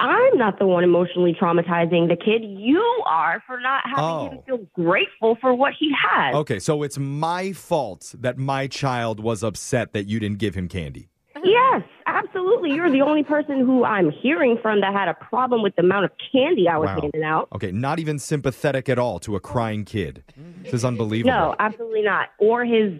J: I'm not the one emotionally traumatizing the kid. You are for not having
E: Oh.
J: him feel grateful for what he has.
E: Okay, so it's my fault that my child was upset that you didn't give him candy.
J: Yes, absolutely. You're the only person who I'm hearing from that had a problem with the amount of candy I was
E: Wow. Oh,
J: handing out.
E: Okay, not even sympathetic at all to a crying kid. This is unbelievable.
J: No, absolutely not. Or his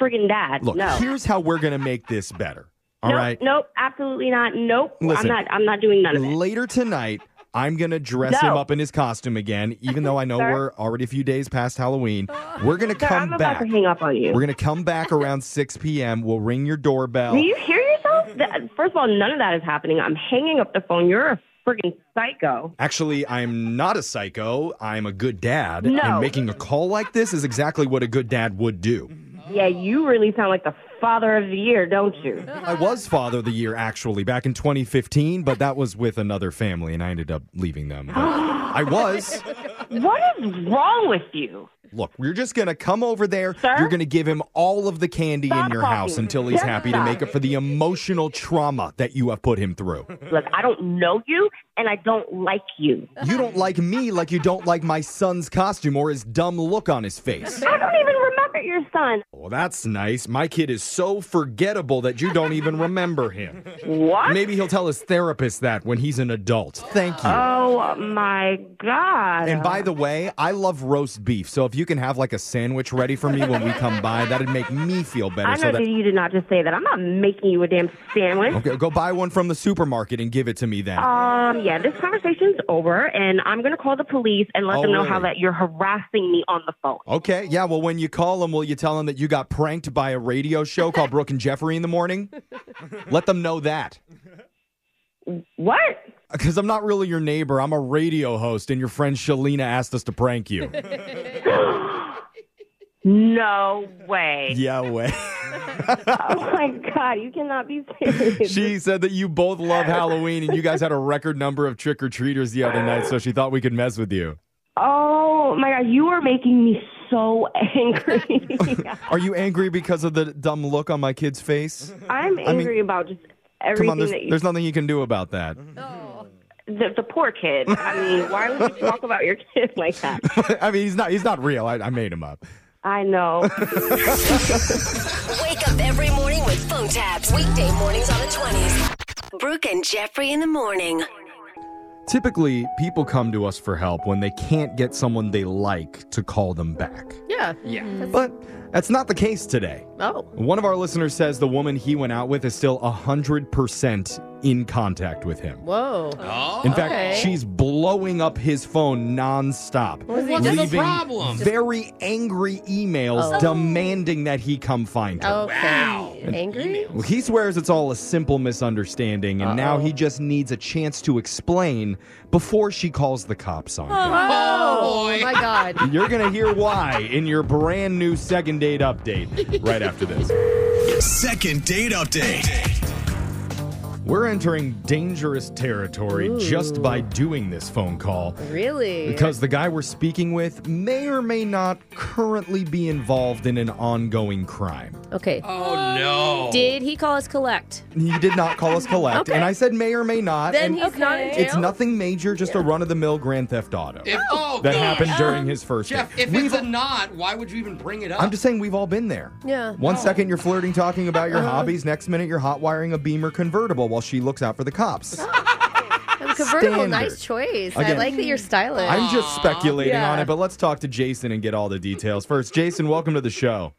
J: friggin' dad.
E: Look,
J: no.
E: here's how we're going to make this
J: *laughs*
E: better. All
J: nope,
E: right.
J: Nope, absolutely not. Nope.
E: Listen.
J: I'm not I'm not doing none of it.
E: later tonight i'm gonna dress
J: No.
E: him up in his costume again even though i know
J: Sir?
E: we're already a few days past
J: *laughs*
E: halloween we're gonna
J: Sir,
E: come
J: I'm
E: back
J: about to hang up on you.
E: we're gonna come back around 6 p.m we'll ring your doorbell
J: Do you hear yourself? That- First of all, none of that is happening. I'm hanging up the phone. You're a friggin' psycho.
E: Actually, I'm not a psycho. I'm a good dad.
J: No.
E: And making a call like this is exactly what a good dad would do.
K: Yeah, you really sound like the father of the year, don't you?
E: I was father of the year actually back in 2015, but that was with another family, and I ended up leaving them. But I was.
K: *laughs* What is wrong with you?
E: Look, we're just gonna come over there. You're gonna give him all of the candy in your house
K: talking.
E: until he's
K: Just
E: happy
K: stop.
E: to make up for the emotional trauma that you have put him through.
K: Look, I don't know you, and I don't like you.
E: You don't like me like you don't like my son's costume or his dumb look on his face.
K: I don't even remember your son.
E: Well, that's nice. My kid is so forgettable that you don't even remember him.
K: What?
E: Maybe he'll tell his therapist that when he's an adult. Thank you.
K: Oh my god.
E: And by the way, I love roast beef. So if you can have like a sandwich ready for me when we come by, that'd make me feel
K: I
E: better.
K: know
E: So
K: that
E: that
K: you did not just say that. I'm not making you a damn sandwich.
E: okay, go buy one from the supermarket and give it to me then.
K: Um, yeah, this conversation's over, and I'm going to call the police and let
E: Oh,
K: them know
E: really?
K: how that you're harassing me on the phone.
E: Okay, yeah. Well, when you call him, will you tell him that you got pranked by a radio show called Brooke and Jeffrey in the
K: *laughs*
E: morning? Let them know that.
K: What?
E: Because I'm not really your neighbor. I'm a radio host, and your friend Shalina asked us to prank you.
K: No way.
E: yeah,
K: *laughs*
E: way.
K: Oh my god, you cannot be serious.
E: She said that you both love Halloween, and you guys had a record number of trick or treaters the other night, so she thought we could mess with you.
K: oh my god, you are making me so angry.
E: *laughs* Are you angry because of the dumb look on my kid's face?
K: I'm angry
E: mean,
K: about just
E: Come
K: *laughs* everything
E: on, there's,
K: that you.
E: there's nothing you can do about that.
K: the, the poor kid. I mean, why would you talk about your kid like that?
E: *laughs* I mean, he's not he's not real. I, I made him up. *laughs*
K: I *laughs* know.
G: Wake up every morning with phone taps. Weekday mornings on the 20s. Brooke and Jeffrey in the morning.
E: Typically, people come to us for help when they can't get someone they like to call them back.
B: Yeah.
E: But that's not the case today.
B: Oh.
E: One of our listeners says the woman he went out with is still 100% in contact with him.
B: Whoa.
D: Oh,
E: In fact,
B: Okay.
E: she's blowing up his phone nonstop,
D: what's the
E: leaving
D: problem?
E: very angry emails demanding that he come find her.
B: Oh. Okay.
D: Wow.
B: Angry?
E: Well, he swears it's all a simple misunderstanding, and now he just needs a chance to explain before she calls the cops on him.
D: Oh, boy.
B: my God.
E: You're going to hear why in your brand new second date update right after this.
L: Second date update.
E: We're entering dangerous territory just by doing this phone call
B: Really?
E: because the guy we're speaking with may or may not currently be involved in an ongoing crime.
B: Okay.
D: Oh, no.
B: Did he call us collect?
E: He did not call us collect, and I said may or may not.
B: Then
E: and
B: he's not in jail.
E: it's nothing major, just a run of the mill Grand Theft Auto.
D: If, oh,
E: that
D: God.
B: Um,
E: happened during his first
D: Jeff,
E: date.
D: if
E: We've-
D: it's a not, why would you even bring it up?
E: I'm just saying we've all been there.
B: Yeah. Uh-huh.
E: One second you're flirting, talking about your hobbies. Next minute you're hot wiring a Beamer convertible while she looks out for the cops.
B: Convertible,
E: Standard.
B: nice choice. I
E: Again.
B: like that you're stylish.
E: I'm just speculating
B: Yeah.
E: on it, but let's talk to Jason and get all the details first. Jason, welcome to the show.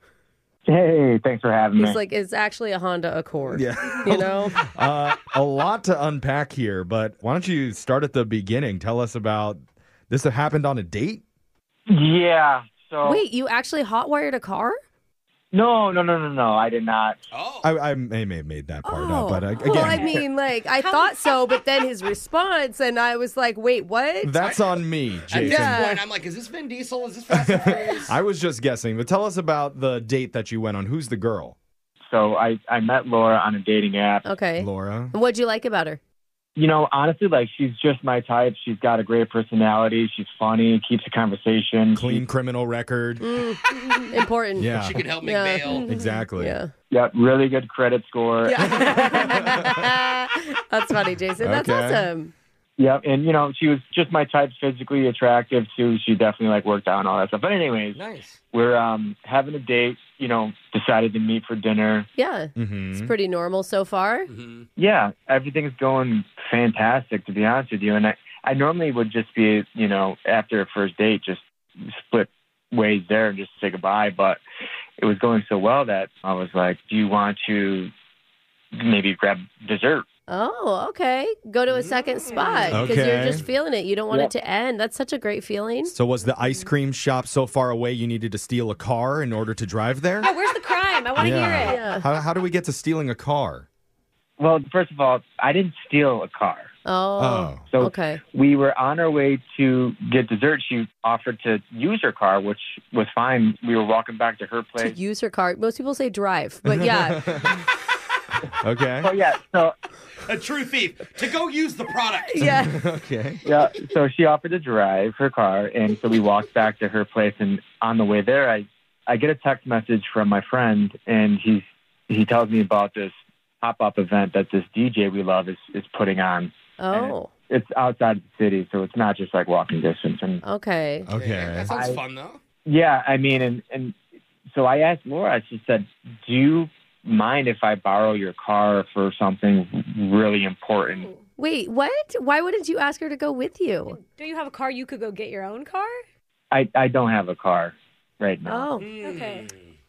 M: Hey, thanks for having me.
B: He's like, it's actually a Honda Accord.
E: Yeah.
D: *laughs*
B: You know?
E: Uh, a lot to unpack here, but why don't you start at the beginning? Tell us about this happened on a date.
M: yeah. So
B: Wait, you actually hotwired a car?
M: no, no, no, no, no. I did not.
D: oh.
E: I, I may may have made that part up, but I, again,
B: Oh. well, I
E: *laughs*
B: mean, like, I thought so, but then his response, and I was like, wait, what?
E: that's on me,
D: At
E: Jason.
D: this
B: Yeah.
D: point, I'm like, is this Vin Diesel? Is this *laughs* Fast and Furious?
E: I was just guessing, but tell us about the date that you went on. Who's the girl?
M: So I I met Laura on a dating app.
B: okay.
E: Laura.
B: And What'd you like about her?
M: You know, honestly, like she's just my type. She's got a great personality. She's funny. Keeps the conversation.
E: Clean criminal record. *laughs*
B: Mm, important.
E: Yeah.
D: She can help make
B: Yeah.
J: Mm-hmm.
D: bail.
E: Exactly.
B: Yeah.
M: Yep, really good credit score.
B: Yeah. *laughs* That's funny, Jason. That's
E: Okay.
B: awesome.
M: *laughs* Yep, and you know, she was just my type, physically attractive too. She definitely like worked out and all that stuff. But anyways,
D: Nice.
M: we're um having a date. You know, decided to meet for dinner.
B: Yeah.
E: hmm
B: It's pretty normal so far.
D: Mhm.
M: Yeah, everything's going fantastic, to be honest with you. And I, I normally would just be, you know, after a first date, just split ways there and just say goodbye. But it was going so well that I was like, do you want to maybe grab dessert?
B: Oh, okay. Go to a
C: Mm.
B: second spot because you're
E: Okay.
B: just feeling it. You don't want it to end. That's such a great feeling.
E: So was the ice cream shop so far away you needed to steal a car in order to drive there?
C: Oh, where's the crime? I want to
E: Yeah.
C: hear it.
B: Yeah.
E: How, how do we get to stealing a car?
M: Well, first of all, I didn't steal a car.
B: Oh,
M: So
B: okay.
M: we were on our way to get dessert. She offered to use her car, which was fine. We were walking back to her
B: To
M: place.
B: use her car. Most people say drive, but yeah.
E: *laughs* okay.
M: Oh yeah. So
D: A true thief to go use the product.
E: *laughs*
B: Yeah.
E: okay.
M: yeah. So she offered to drive her car, and so we walked back to her place. And on the way there, I I get a text message from my friend, and he's he tells me about this pop up event that this DJ we love is is putting on.
B: Oh,
M: It's outside of the city, so it's not just like walking distance. And
B: okay.
E: Okay.
D: That sounds
M: I-
D: fun though.
M: yeah, I mean, and and so I asked Laura. She said, "Do you mind if I borrow your car for something really important?"
B: Wait, what? Why wouldn't you ask her to go with you?
C: Don't you have a car? You could go get your own car.
M: I I don't have a car right now.
B: Oh,
D: Hmm.
C: Okay.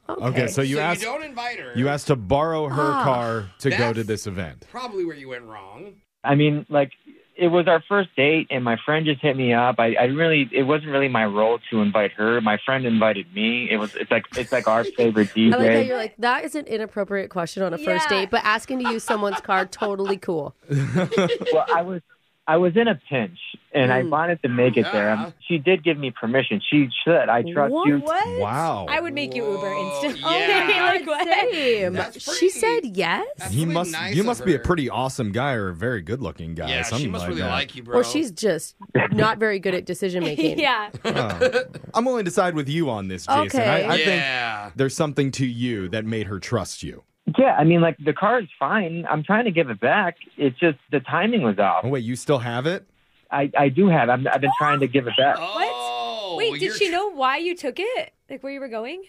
E: Okay. So you
D: so
E: asked
D: you don't invite her.
E: you asked to borrow her
B: Ah.
E: car to go
D: That's-
E: to this event.
D: Probably where you went wrong.
M: I mean, like it was our first date, and my friend just hit me up. I, I really it wasn't really my role to invite her. My friend invited me. It was it's like it's like our favorite DJ.
B: *laughs* I like how you're like that is an inappropriate question on a first
C: Yeah.
B: date, but asking to use someone's car totally cool.
M: *laughs* well, I was I was in a pinch, and I
B: Mm.
M: wanted to make it there.
D: Yeah.
M: She did give me permission. She said, "I trust you."
C: What?
E: Wow.
C: I would make you Uber
D: Whoa,
C: *laughs* instantly.
D: yeah.
C: like what?
B: Same.
D: That's
B: She
D: pretty-
B: said yes.
D: That's
E: he
D: really
E: must
D: nice
E: you
D: of
E: must be a
D: her.
E: pretty awesome guy or a very good looking guy.
D: Yeah,
E: something
D: she must
E: like
D: really
E: that.
D: like you,
E: *laughs*
D: bro.
B: Well, she's just not very good at
C: *laughs*
B: decision making.
C: yeah.
E: Oh. I'm willing to side with you on this, Jason.
B: Okay.
E: I, I think
D: yeah.
E: there's something to you that made her trust you.
M: Yeah, I mean, like the car is fine. I'm trying to give it back. It's just the timing was off.
E: Oh wait, you still have it?
M: I I do have. I'm, I've been trying to give it back.
D: Oh,
C: Wait, did
D: you're
C: she know why you took it? Like where you were going?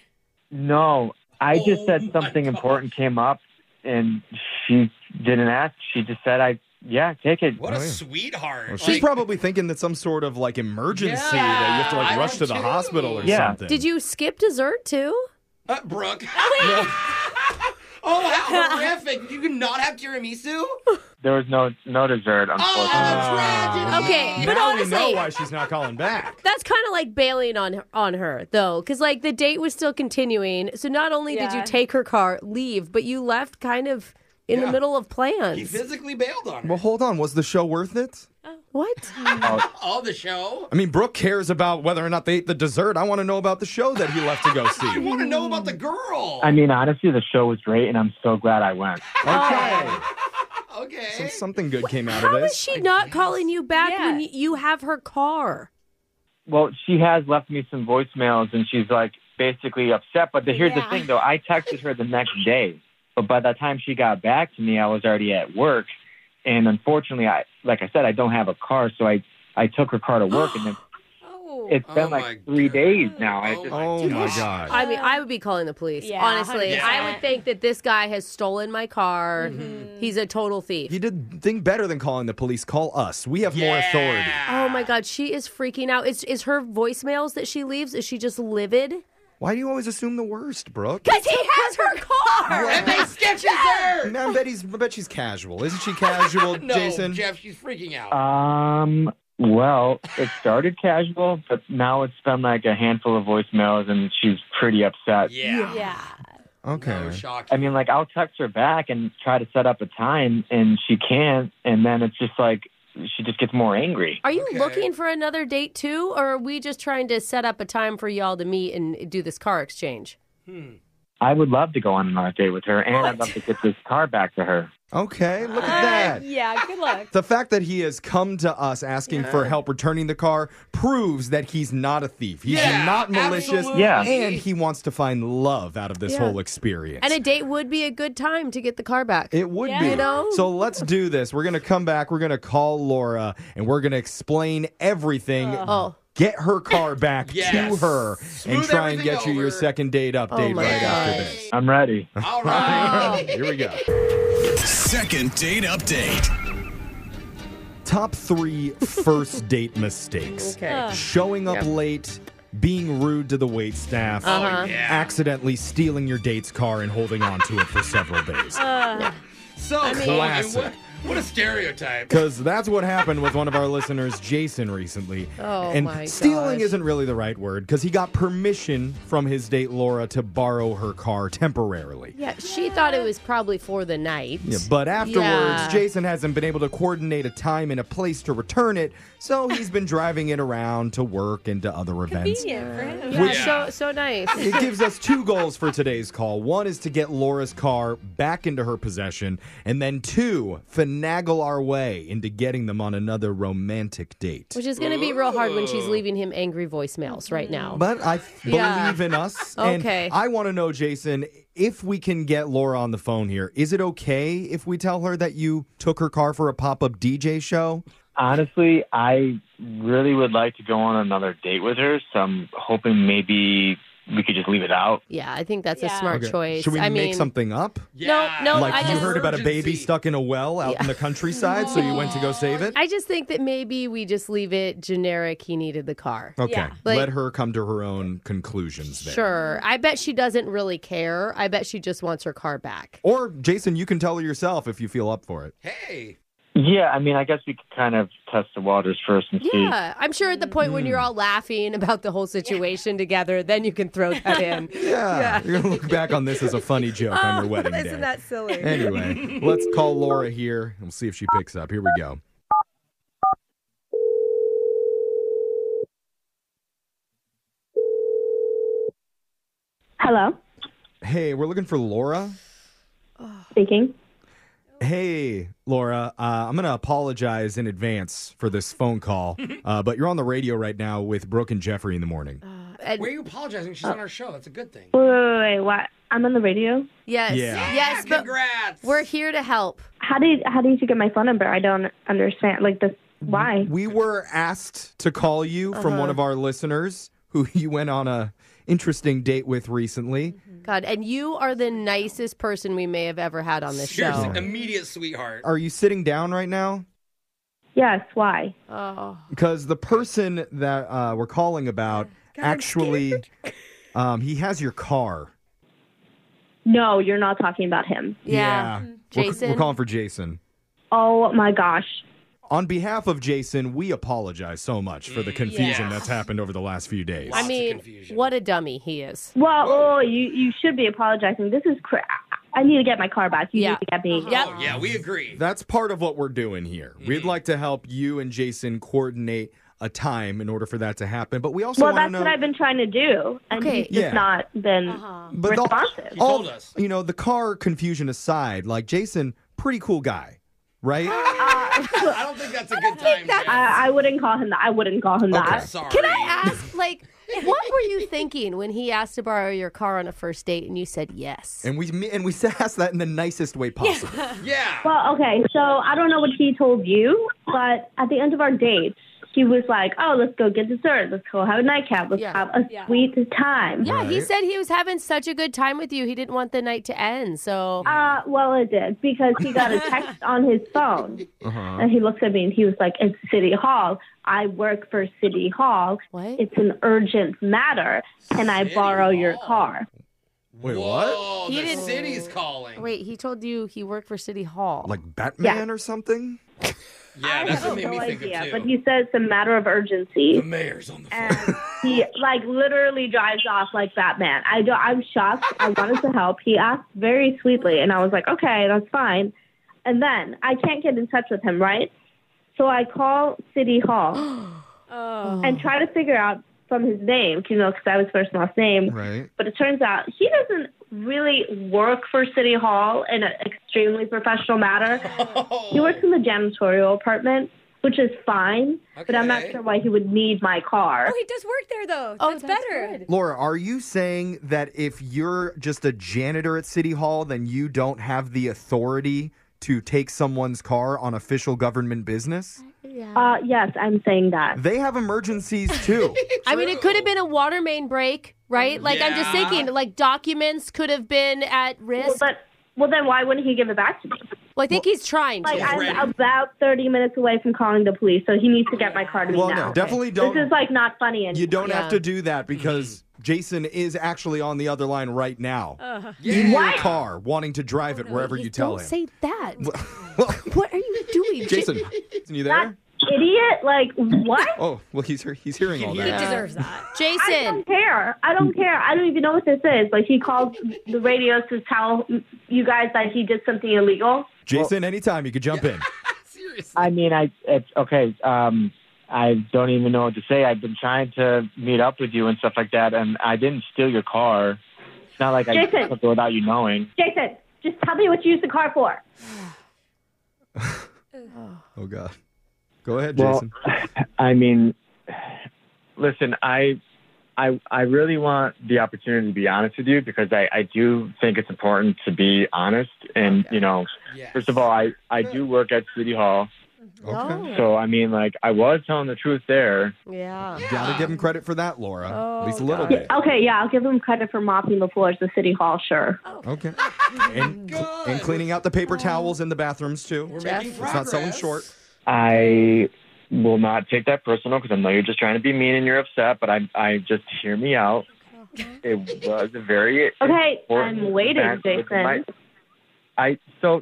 M: No, I just
D: Oh
M: said
D: my
M: something
D: God.
M: important came up, and she didn't ask. She just said, "I yeah, take it."
D: What a
E: Oh, yeah.
D: sweetheart.
E: Well, she's
D: Like,
E: probably thinking that some sort of like emergency
D: Yeah,
E: that you have to like
D: I
E: rush
D: would
E: to the
D: too.
E: hospital or
M: Yeah.
E: something.
B: Did you skip dessert too?
D: uh, Brooke. *laughs* oh,
B: *laughs*
D: how horrific. You could not have tiramisu?
M: There was no no dessert,
D: Oh,
M: unfortunately.
D: tragedy.
B: Okay, but
E: Ah. now
B: honestly,
E: we know why she's not calling back.
B: *laughs* that's kind of like bailing on on her though, because like the date was still continuing. So not only did
C: Yeah.
B: you take her car, leave, but you left kind of in the
D: Yeah.
B: middle of plans.
D: He physically bailed on her.
E: Well, hold on. Was the show worth it?
B: what?
D: *laughs* oh, the show?
E: I mean, Brooke cares about whether or not they ate the dessert. I want to know about the show that he left to go
D: *laughs* I
E: see.
D: want to know about the girl.
M: I mean, honestly, the show was great, and I'm so glad I went.
C: Oh.
E: Okay.
D: okay.
E: So something good came out
B: How
E: of
B: is
E: this.
B: she not calling you back
C: Yeah.
B: when y- you have her car?
M: Well, she has left me some voicemails, and she's like basically upset. But the, here's
C: Yeah.
M: the thing, though: I texted her the next day, but by the time she got back to me, I was already at work, and unfortunately, I like I said, I don't have a car, so I I took her car to work,
E: *gasps*
M: and then
C: Oh.
M: it's been
D: Oh, my
M: like three
D: God.
M: days now. I
D: Oh,
M: just,
E: Oh my god.
B: I mean, I would be calling the police.
C: Um, Yeah,
B: honestly,
C: 100%.
B: I would think that this guy has stolen my car.
C: Mm-hmm.
B: He's a total thief.
E: He did thing better than calling the police. Call us. We have more
D: Yeah.
E: authority.
B: Oh my God, she is freaking out. Is is her voicemails that she leaves? Is she just livid?
E: Why do you always assume the worst, Brooke?
C: Because he has her car.
D: And
C: *laughs*
D: they sketch dessert.
E: Man, I bet, he's, I bet she's casual. Isn't she casual,
D: *laughs* No,
E: Jason?
D: Jeff, she's freaking out.
M: Um. Well, it started casual, but now it's been like a handful of voicemails, and she's pretty upset.
D: yeah.
C: Yeah.
E: okay.
D: No shock.
M: I mean, like I'll text her back and try to set up a time, and she can't, and then it's just like she just gets more angry.
B: Are you
D: Okay.
B: looking for another date too, or are we just trying to set up a time for y'all to meet and do this car exchange?
M: I would love to go on another date with her, and I'd love to get this car back to her.
E: okay, look at that.
C: Uh, Yeah. Good luck.
E: The fact that he has come to us asking for help returning the car proves that he's not a thief. He's
D: Yeah,
E: not malicious.
D: absolutely.
M: Yeah.
E: And he wants to find love out of this
B: Yeah.
E: whole experience.
B: And a date would be a good time to get the car back.
E: It would
C: Yeah.
E: be.
C: You
B: know?
E: So let's do this. We're going to come back. We're going to call Laura and we're going to explain everything.
B: Oh.
E: Get her car back to
D: *laughs* Yes.
E: her and
D: Smooth
E: try and
D: everything
E: get you your
D: over. Oh
E: second date update
B: my
E: right after
B: gosh.
E: this.
M: I'm
D: *laughs*
M: ready.
D: All right.
E: *laughs* Here we go.
L: Second date
D: *laughs*
L: update.
E: Top three
D: *laughs*
E: first date mistakes
B: Okay.
E: showing up late, being rude to the wait staff,
D: Oh, yeah.
E: accidentally
D: *laughs*
B: Uh,
E: stealing your date's car and holding on to it for several days.
D: So, so, and
E: Classic.
D: what, What a stereotype.
E: Because that's what happened with one of our listeners, Jason, recently.
D: Oh,
E: and
D: my
E: stealing
D: gosh.
E: isn't really the right word because he got permission from his date Laura to borrow her car temporarily.
B: Yeah, she thought it was probably for the night.
E: Yeah, but afterwards,
B: Yeah.
E: Jason hasn't been able to coordinate a time and a place to return it, so he's been driving it around to work and to other events.
B: Convenient for him.
E: Which-
B: Yeah, so so nice.
E: It gives us two goals for today's call. One is to get Laura's car back into her possession, and then two, finagle our way into getting them on another romantic date.
B: *laughs* Which is going to be real hard when she's leaving him angry voicemails right now.
E: But I f-
B: Yeah.
E: believe in us.
B: Okay.
E: And I want to know, Jason, if we can get Laura on the phone here, is it okay if we tell her that you took her car for a pop up DJ show?
M: Honestly, I really would like to go on another date with her, so I'm hoping maybe we could just leave it out.
B: Yeah, I think that's a smart
E: Okay.
B: choice.
E: Should we
B: I
E: make
B: mean,
E: something up?
B: No, no,
E: like
B: I
E: you
B: just,
E: heard about a baby stuck in a well out in the countryside, so you went to go save it?
B: I just think that maybe we just leave it generic. He needed the car.
E: Okay.
B: Like,
E: Let her come to her own conclusions there.
B: Sure. I bet she doesn't really care. I bet she just wants her car back.
E: Or, Jason, you can tell her yourself if you feel up for it.
D: Hey.
M: Yeah, I mean, I guess we could kind of test the waters first and see.
B: Yeah. I'm sure at the point when
E: Mm.
B: you're all laughing about the whole situation together, then you can throw that in.
E: *laughs* Yeah. Ah, You're going to look back on this as a funny joke on your wedding day.
B: Oh, *laughs* Isn't that silly? *laughs*
E: Anyway, let's call Laura here and we'll see if she picks up. Here we go.
K: Hello,
E: Hey, we're looking for Laura.
K: speaking.
E: Hey, Laura, uh, I'm going to apologize in advance for this phone
B: *laughs*
E: call, uh, but you're on the radio right now with Brooke and Jeffrey in the morning.
B: Uh,
D: Where are you apologizing? She's on our show. That's a good thing.
K: Wait, wait, wait, wait. What? I'm on the radio.
B: Yes.
E: Yeah.
B: Yes. But We're here to help.
K: How did how did you get my phone number? I don't understand. Like this, why?
E: We were asked to call you from
K: Uh-huh.
E: one of our listeners who *laughs* you went on a interesting date with recently.
K: Mm-hmm.
B: God, and you are the nicest person we may have ever had on this
D: Seriously,
B: show.
D: immediate sweetheart.
E: Are you sitting down right now?
K: Yes. Why?
B: Oh.
E: Because the person that uh, we're calling about actually, *laughs* um, he has your car.
K: No, you're not talking about him.
E: We're- We're, calling for Jason.
K: Oh my gosh.
E: On behalf of Jason, we apologize so much for the
K: Mm,
E: confusion that's happened over the last few days.
B: I mean, what a dummy he is.
K: Well, oh, you you should be apologizing. This is cra- I I need to get my car back. You need to get me.
B: Uh-huh.
D: Oh, Yeah, we agree. Mm-hmm.
E: That's part of what we're doing here. We'd like to help you and Jason coordinate a time in order for that to happen, but we also
K: well,
E: want
K: that's
E: to know.
K: what I've been trying to do, and
E: Okay.
K: he's just
E: Yeah.
K: not been
B: Uh-huh.
E: the- Oh.
K: responsive.
E: all- You know, the car confusion aside, like Jason, pretty cool guy, right?
K: *laughs*
D: I don't think that's a good time.
K: Uh, I, I wouldn't call him that. I wouldn't call him that.
D: Sorry.
B: Can I ask, like, what were you thinking when he asked to borrow your car on a first date and you said yes?
E: and we and we *laughs* asked that in the nicest way possible.
D: Yeah.
K: Well, okay. So I don't know what he told you, but at the end of our date, he was like, "Oh, let's go get dessert. Let's go have a nightcap. Let's have a sweet time."
B: Yeah, he said he was having such a good time with you. He didn't want the night to end. So,
K: Uh, well, it did because he got
B: *laughs*
K: a text on his phone, and he looked at me and he was like, "It's City Hall. I work for City Hall. It's an urgent matter. Can I borrow your car?"
E: Wait, what?
D: Oh,
B: He
D: the
B: didn't-
D: city's calling.
B: wait, he told you he worked for City Hall.
E: Like Batman
K: Yeah.
E: or something?
D: Yeah, that's what made me think
K: Yeah,
D: of too.
K: but he says it's a matter of urgency.
D: The mayor's on the
K: and he like literally drives off like Batman. I don't, I'm shocked. I wanted to help. He asked very sweetly, and I was like, okay, that's fine. And then I can't get in touch with him, right? So I call City Hall
C: Oh.
K: and try to figure out from his name, you know, because I was first and last name.
E: Right.
K: But it turns out he doesn't really work for City Hall in an extremely
E: *laughs*
K: professional matter. He works in the janitorial department, which is fine, but I'm not
E: Okay.
K: sure why he would need my car.
C: Oh, he does work there though. Oh, that's, better.
E: Laura, are you saying that if you're just a janitor at City Hall, then you don't have the authority to take someone's car on official government business?
K: Uh, yes, I'm saying that.
E: They have emergencies
K: *laughs*
E: too.
B: I mean, it could have been a water main break, right? Like, I'm just
E: Yeah.
B: thinking, like, documents could have been at risk.
K: Well, but well, then why wouldn't he give it back to me?
A: Well, I think he's trying to.
K: Like I'm about 30 minutes away from calling the police, so he needs to get my car to
E: Well,
K: me
E: no,
K: now.
E: definitely don't-
K: This is like not funny anymore.
E: You don't have to do that because Jason is actually on the other line right now.
K: Uh-huh.
E: In your
K: What?
E: car, wanting to drive it wherever you tell
A: Don't
E: him.
A: say that. *laughs* what are you doing,
E: *laughs*
K: *laughs*
E: Jason, are you there?
K: Idiot! Like what?
E: *laughs* Oh, well, he's he's hearing all that.
A: that.
K: Jason. I don't care. I don't care. I don't even know what this is. Like he called the radio to tell you guys that he did something illegal.
E: Jason, anytime you could jump in.
M: I mean, I it's okay. Um, I don't even know what to say. I've been trying to meet up with you and stuff like that, and I didn't steal your car. It's not like I
K: Jason.
M: took it without you knowing.
K: Jason, just tell me what you used the car for.
E: Oh God. Go ahead,
M: Well,
E: Jason.
M: *laughs* I mean, listen, I, I, I really want the opportunity to be honest with you because I, I do think it's important to be honest. And you know, first of all, I, I do work at City Hall,
E: Uh-huh. Okay.
M: so I mean, like, I was telling the truth there.
A: Yeah.
E: Gotta give him credit for that, Laura. At least a little
K: Yeah,
E: bit.
K: okay, yeah, I'll give him credit for mopping the floors at City Hall. Sure.
E: Okay. And, and cleaning out the paper towels in the bathrooms too. We're
K: making
E: it's not selling short.
M: I will not take that personal because I know you're just trying to be mean and you're upset, but I, I just hear me out. It was a very
K: Okay,
M: important
K: I'm waiting,
M: event with
K: Jason.
M: my- I so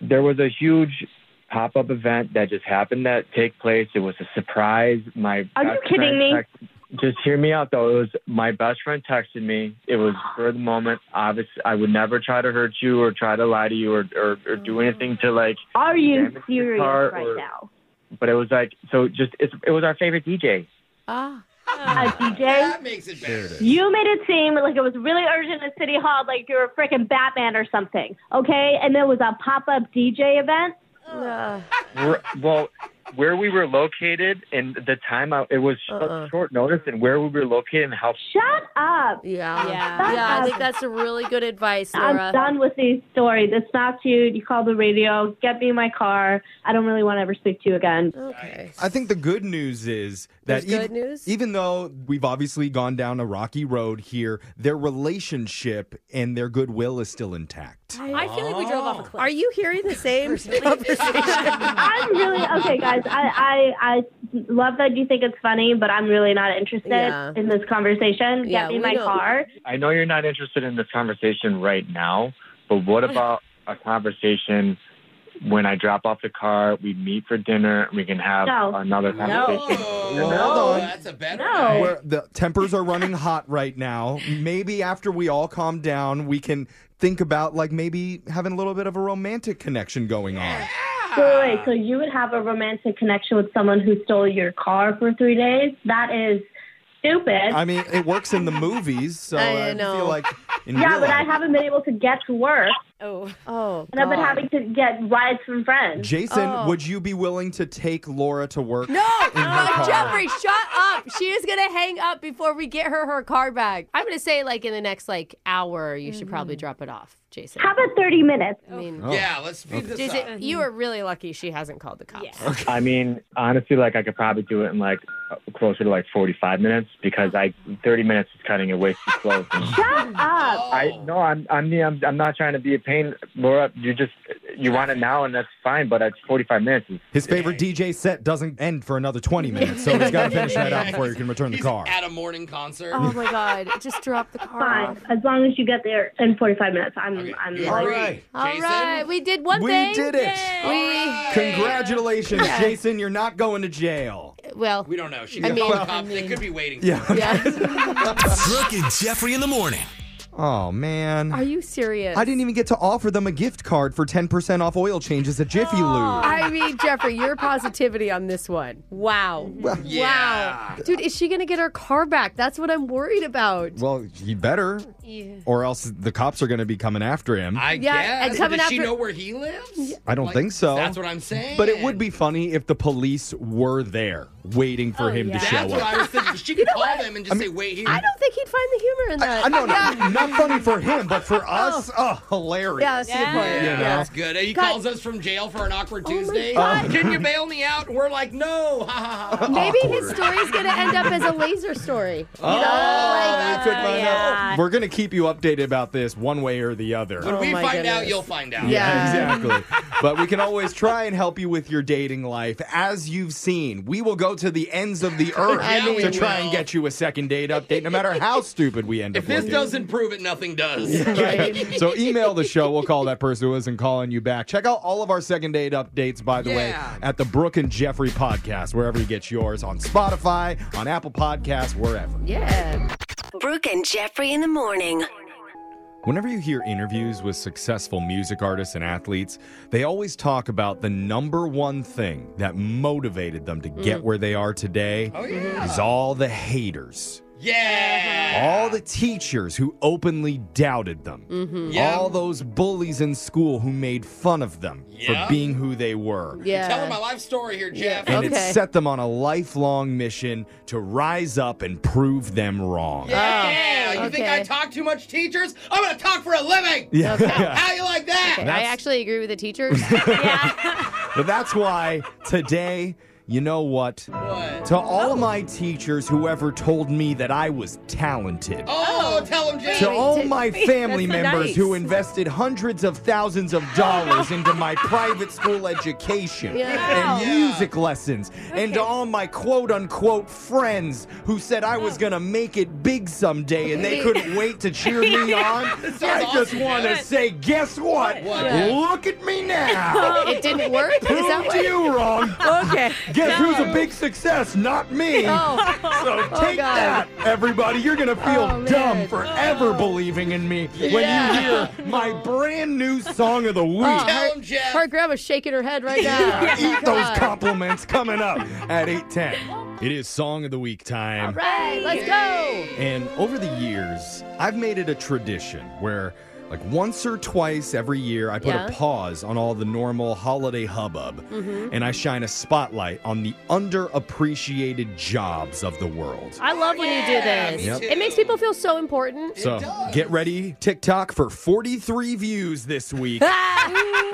M: there was a huge pop up event that just happened that take place. It was a surprise. My
K: Are you
M: best
K: kidding
M: friend
K: me?
M: text- just hear me out though. It was my best friend texted me. It was for the moment. Obviously, I would never try to hurt you or try to lie to you or or, or do
K: Mm.
M: anything to like
K: Are you
M: damage your
K: serious
M: car
K: right
M: or-
K: now?
M: but it was like so just it's, it was our favorite DJ.
A: Ah.
K: A DJ?
D: That makes it better.
K: Uh, You made it seem like it was really urgent at City Hall, like you were freaking Batman or something, okay? And there was a pop up DJ event.
M: We're- well, where we were located and the time I, it was sh-
K: Uh-uh.
M: short notice and where we were located and how
K: Shut up.
A: Yeah.
K: Shut
A: Yeah. I
K: up.
A: think that's a really good advice, Laura.
K: I'm done with these stories. It's not cute. You call the radio, get me my car. I don't really want to ever speak to you again.
A: Okay.
E: I think the good news is that
A: There's good
E: ev-
A: news?
E: even though we've obviously gone down a rocky road here, their relationship and their goodwill is still intact.
C: I feel like we drove off a cliff.
B: Are you hearing
K: *laughs*
B: the same conversation?
K: I'm really okay, guys. I, I I love that you think it's funny, but I'm really not interested
B: Yeah.
K: in this conversation. Get
B: Yeah,
K: me
B: we
K: my
B: don't-
K: car.
M: I know you're not interested in this conversation right now, but
K: *laughs*
M: what about a conversation when I drop off the car, we meet for dinner, we can have
K: No.
M: another conversation.
E: Hold on.
D: that's a better.
K: No.
E: Where the tempers are running hot right now. Maybe after we all calm down, we can think about like maybe having a little bit of a romantic connection going on.
K: Wait, wait, wait. So you would have a romantic connection with someone who stole your car for three days? That is stupid.
E: I mean, it works in the movies, so
B: I
E: I,
B: know.
E: feel like in
K: yeah,
E: real
K: but I
E: life-
K: haven't been able to get to work,
C: Oh.
B: oh,
K: and I've been
B: God.
K: having to get rides from friends.
E: Jason,
B: Oh.
K: Oh.
E: would you be willing to take Laura to work?
A: No,
E: in her
A: no,
E: car?
A: Jeffrey, shut up. She is gonna hang up before we get her her car back. I'm gonna say like in the next like hour, you should probably drop it off, Jason.
K: How about 30 minutes?
A: I mean,
E: Oh.
D: Yeah, let's speed this up.
A: Jason, you are really lucky she hasn't called the cops.
M: I mean, honestly, like I could probably do it in like closer to like 45 minutes because I 30 minutes is cutting it way too close.
E: *laughs*
M: And
K: Shut
E: Oh.
K: up.
M: I no, I'm I'm I'm I'm not trying to be a pain, Laura. You just you want it now and that's fine, but it's 45 minutes.
E: His favorite DJ set doesn't end for another 20 minutes, so he's got to finish that out before he can return the
D: He's
E: car.
D: at a morning concert.
A: Oh my god, just drop the car.
K: Fine.
A: Off.
K: As long as you get there in 45 minutes, I'm
D: Okay,
K: I'm
D: you
K: like,
D: agree,
A: *laughs* All
D: Jason?
A: right, we did one
E: We
A: thing.
E: did it.
A: We
E: Congratulations, Jason. You're not going to jail.
A: well,
D: We don't know. *laughs* She could
A: mean-
D: call the cops. They could be waiting. for her.
A: yeah.
E: *laughs*
L: Brooke and Jeffrey in the morning.
E: Oh, man.
A: Are you serious?
E: I didn't even get to offer them a gift card for 10% off oil changes at Jiffy Lube.
B: I mean, Jeffrey, your positivity on this one. Wow.
D: Yeah.
B: Wow. Dude, is she going to get her car back? That's what I'm worried about.
E: Well, he better, or else the cops are going to be coming after him.
D: I
B: Yeah,
D: guess.
B: and coming
D: Does she
B: after-
D: know where he lives?
E: I don't
D: Like,
E: think so.
D: That's what I'm saying.
E: But it would be funny if the police were there waiting for him to
D: That's
E: show
D: what
E: up.
D: I was thinking. She could call them and just say, "Wait here."
B: I don't think he'd find the humor in that.
E: I, Uh, no, no, no, not funny for him, but for us, oh, hilarious.
D: Yeah, that's a good point.
E: You know?
D: That's good. He calls us from jail for an
B: Oh
D: awkward Tuesday.
E: God.
D: Can you *laughs* bail me out? We're like, no. Ha, ha, ha.
B: Maybe his story's going to end up as a laser story.
E: Oh, we could find
B: yeah.
E: out. We're going to keep you updated about this one way or the other.
D: When we find out, you'll find out.
E: Oh Yeah, exactly.
D: *laughs*
E: but we can always try and help you with your dating life. As you've seen, we will go to the ends of the earth
D: I mean-
E: to try and get you a second date update, no matter how stupid we end
D: If
E: up
D: this
E: looking.
D: doesn't prove it, nothing does.
E: *laughs*
D: *laughs*
E: so email the show. We'll call that person who isn't calling you back. Check out all of our second date updates, by the way, at the Brooke and Jeffrey podcast, wherever you get yours on Spotify, on Apple Podcasts, wherever.
B: Yeah.
G: Brooke and Jeffrey in the
E: *laughs*
G: morning.
E: Whenever you hear interviews with successful music artists and athletes, they always talk about the number one thing that motivated them to
D: Mm.
E: get where they are today
D: Oh,
E: is all the haters. Yeah. All the teachers who openly doubted them.
B: Mm-hmm.
D: Mhm. Yeah.
E: All those bullies in school who made fun of them
D: Yeah.
E: for being who they were.
D: Tell her my life story here, Jeff.
E: And it set them on a lifelong mission to rise up and prove them wrong.
D: Yeah. You think I
B: Oh. okay.
D: talk too much, teachers? I'm gonna talk for a living.
E: Yeah. Okay.
D: How you like that?
B: I actually agree with the teachers.
E: But that's why today, you know what? To all my teachers, whoever told me that I was talented.
D: *laughs* Oh, tell him, Jeff.
E: To all my family members who invested hundreds of thousands of dollars into
D: *laughs*
E: my private school education
D: Yeah.
E: and
D: Yeah.
E: music lessons, and to all my quote unquote friends who said I was gonna make it big someday and they couldn't wait to cheer
D: *laughs*
E: me on,
D: This is
E: I just
D: awesome,
E: wanna
D: Jeff.
E: say, guess what?
D: What?
E: Look at me now!
B: *laughs* it didn't work? Is that
E: Proved
B: what-
E: you wrong.
B: *laughs* Okay.
E: Guess who's a big success? Not me.
B: Oh.
E: So
B: Oh,
E: take
B: God.
E: that, everybody. You're going to feel
B: Oh,
E: dumb
B: man.
E: forever believing in me when you
B: Yeah.
E: hear my brand new song of the week.
B: Oh, her, her grandma's shaking her head right now.
E: Eat
B: Come
E: those
B: on.
E: compliments coming up at 8:10. It is song of the week time.
B: All right, let's go.
E: And over the years, I've made it a tradition where, like, once or twice every year, I put
N: Yeah.
E: a pause on all the normal holiday hubbub
N: Mhm.
E: and I shine a spotlight on the underappreciated jobs of the world.
B: I love when you do this.
E: me Yep. too.
B: It makes people feel so
E: *laughs*
B: important.
E: So get ready, TikTok, for 43 views this week.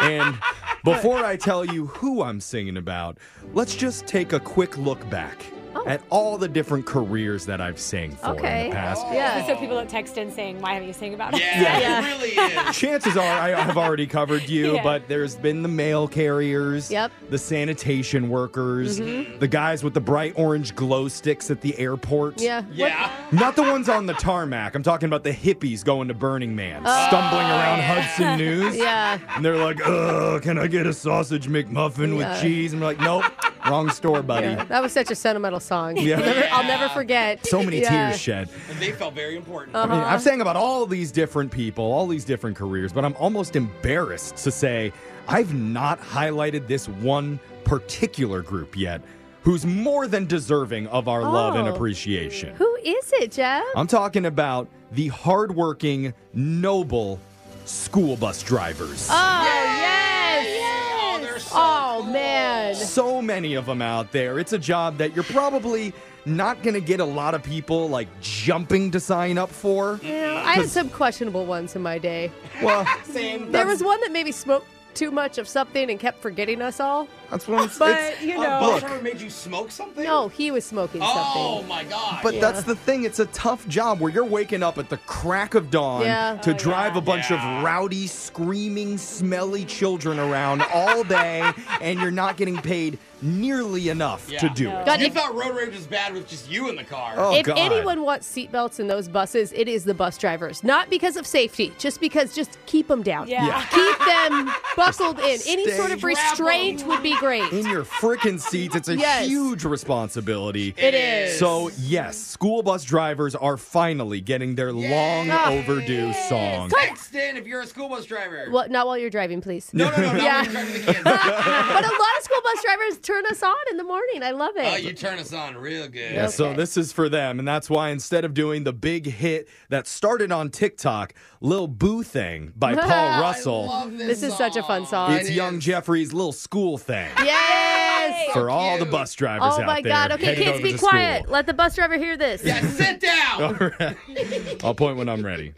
E: and before I tell you who I'm singing about, let's just take a quick look back at all the different careers that I've sang for in the past.
C: Yeah. So people don't text and saying, "Why haven't you sang about it?"
E: Yeah. Chances are I have already covered you,
C: Yeah.
E: but there's been the mail carriers,
C: Yep.
E: the sanitation workers,
B: Mm-hmm.
C: Mhm.
E: the guys with the bright orange glow sticks at the airport.
B: Yeah. Yeah.
E: Not the ones on the tarmac. I'm talking about the hippies going to Burning Man,
B: Oh,
E: stumbling around
B: yeah.
E: Hudson News.
B: *laughs* Yeah.
E: And they're like, ugh, can I get a sausage McMuffin
B: Yeah.
E: with cheese? And we're like, nope, wrong store, buddy.
B: That was such a sentimental song.
E: Yeah.
B: I'll, never, I'll never forget.
E: So many
B: Yeah. Uh-huh.
E: tears shed.
D: And they felt very important.
E: I mean, I'm saying about all these different people, all these different careers, but I'm almost embarrassed to say I've not highlighted this one particular group yet who's more than deserving of our love and
B: Oh.
E: appreciation.
B: Who is it, Jeff?
E: I'm talking about the hardworking, noble school bus drivers.
B: Oh, yes. yes. Oh, man.
E: So many of them out there. It's a job that you're probably not going to get a lot of people like jumping to sign up for.
B: I had some questionable ones in my day. *laughs*
E: Well,
B: there was one that maybe smoked too much of something and kept forgetting us all.
E: That's what I'm
B: But, you
D: a
B: know.
D: bus driver made you smoke something?
B: No, he was smoking
D: Oh
B: something.
D: my god!
E: But that's the thing. It's a tough job where you're waking up at the crack of dawn
B: Oh, Yeah.
E: to drive a bunch of rowdy, screaming, smelly children around all
B: *laughs*
E: day, and you're not getting paid nearly enough to do it.
D: you thought road rage was bad with just you in the car.
E: Oh,
B: if anyone wants seatbelts in those buses, it is the bus drivers. Not because of safety, just because just keep them down.
D: Yeah. Yeah.
B: *laughs* Keep them buckled in. Any
E: Stay-
B: sort of restraint would be great.
E: In your frickin' seats, it's a
B: Yes.
E: huge responsibility.
B: It is.
E: So, yes, school bus drivers are finally getting their
B: Ah.
E: long overdue song.
D: Text in if you're a school bus driver.
B: Well, not while you're driving, please.
E: No, no, no, not
B: yeah. *laughs* but a lot of school bus drivers turn us on in the morning. I love it.
D: Oh, you turn us on real good.
E: Yeah, so this is for them, and that's why instead of doing the big hit that started on TikTok, Lil Boo Thing
B: *laughs*
A: *laughs*
E: by Paul Russell,
B: this is such a fun song.
E: it's Young Jeffrey's Little School Thing
B: Yes.
E: for all the bus drivers
B: Oh
E: out
B: my
E: there.
B: God! Okay,
E: headed
B: kids,
E: over
B: be
E: to
B: quiet. Let the bus driver hear
A: *laughs*
B: this.
E: *laughs*
D: Yeah, sit down.
E: school. All right. I'll point when I'm ready.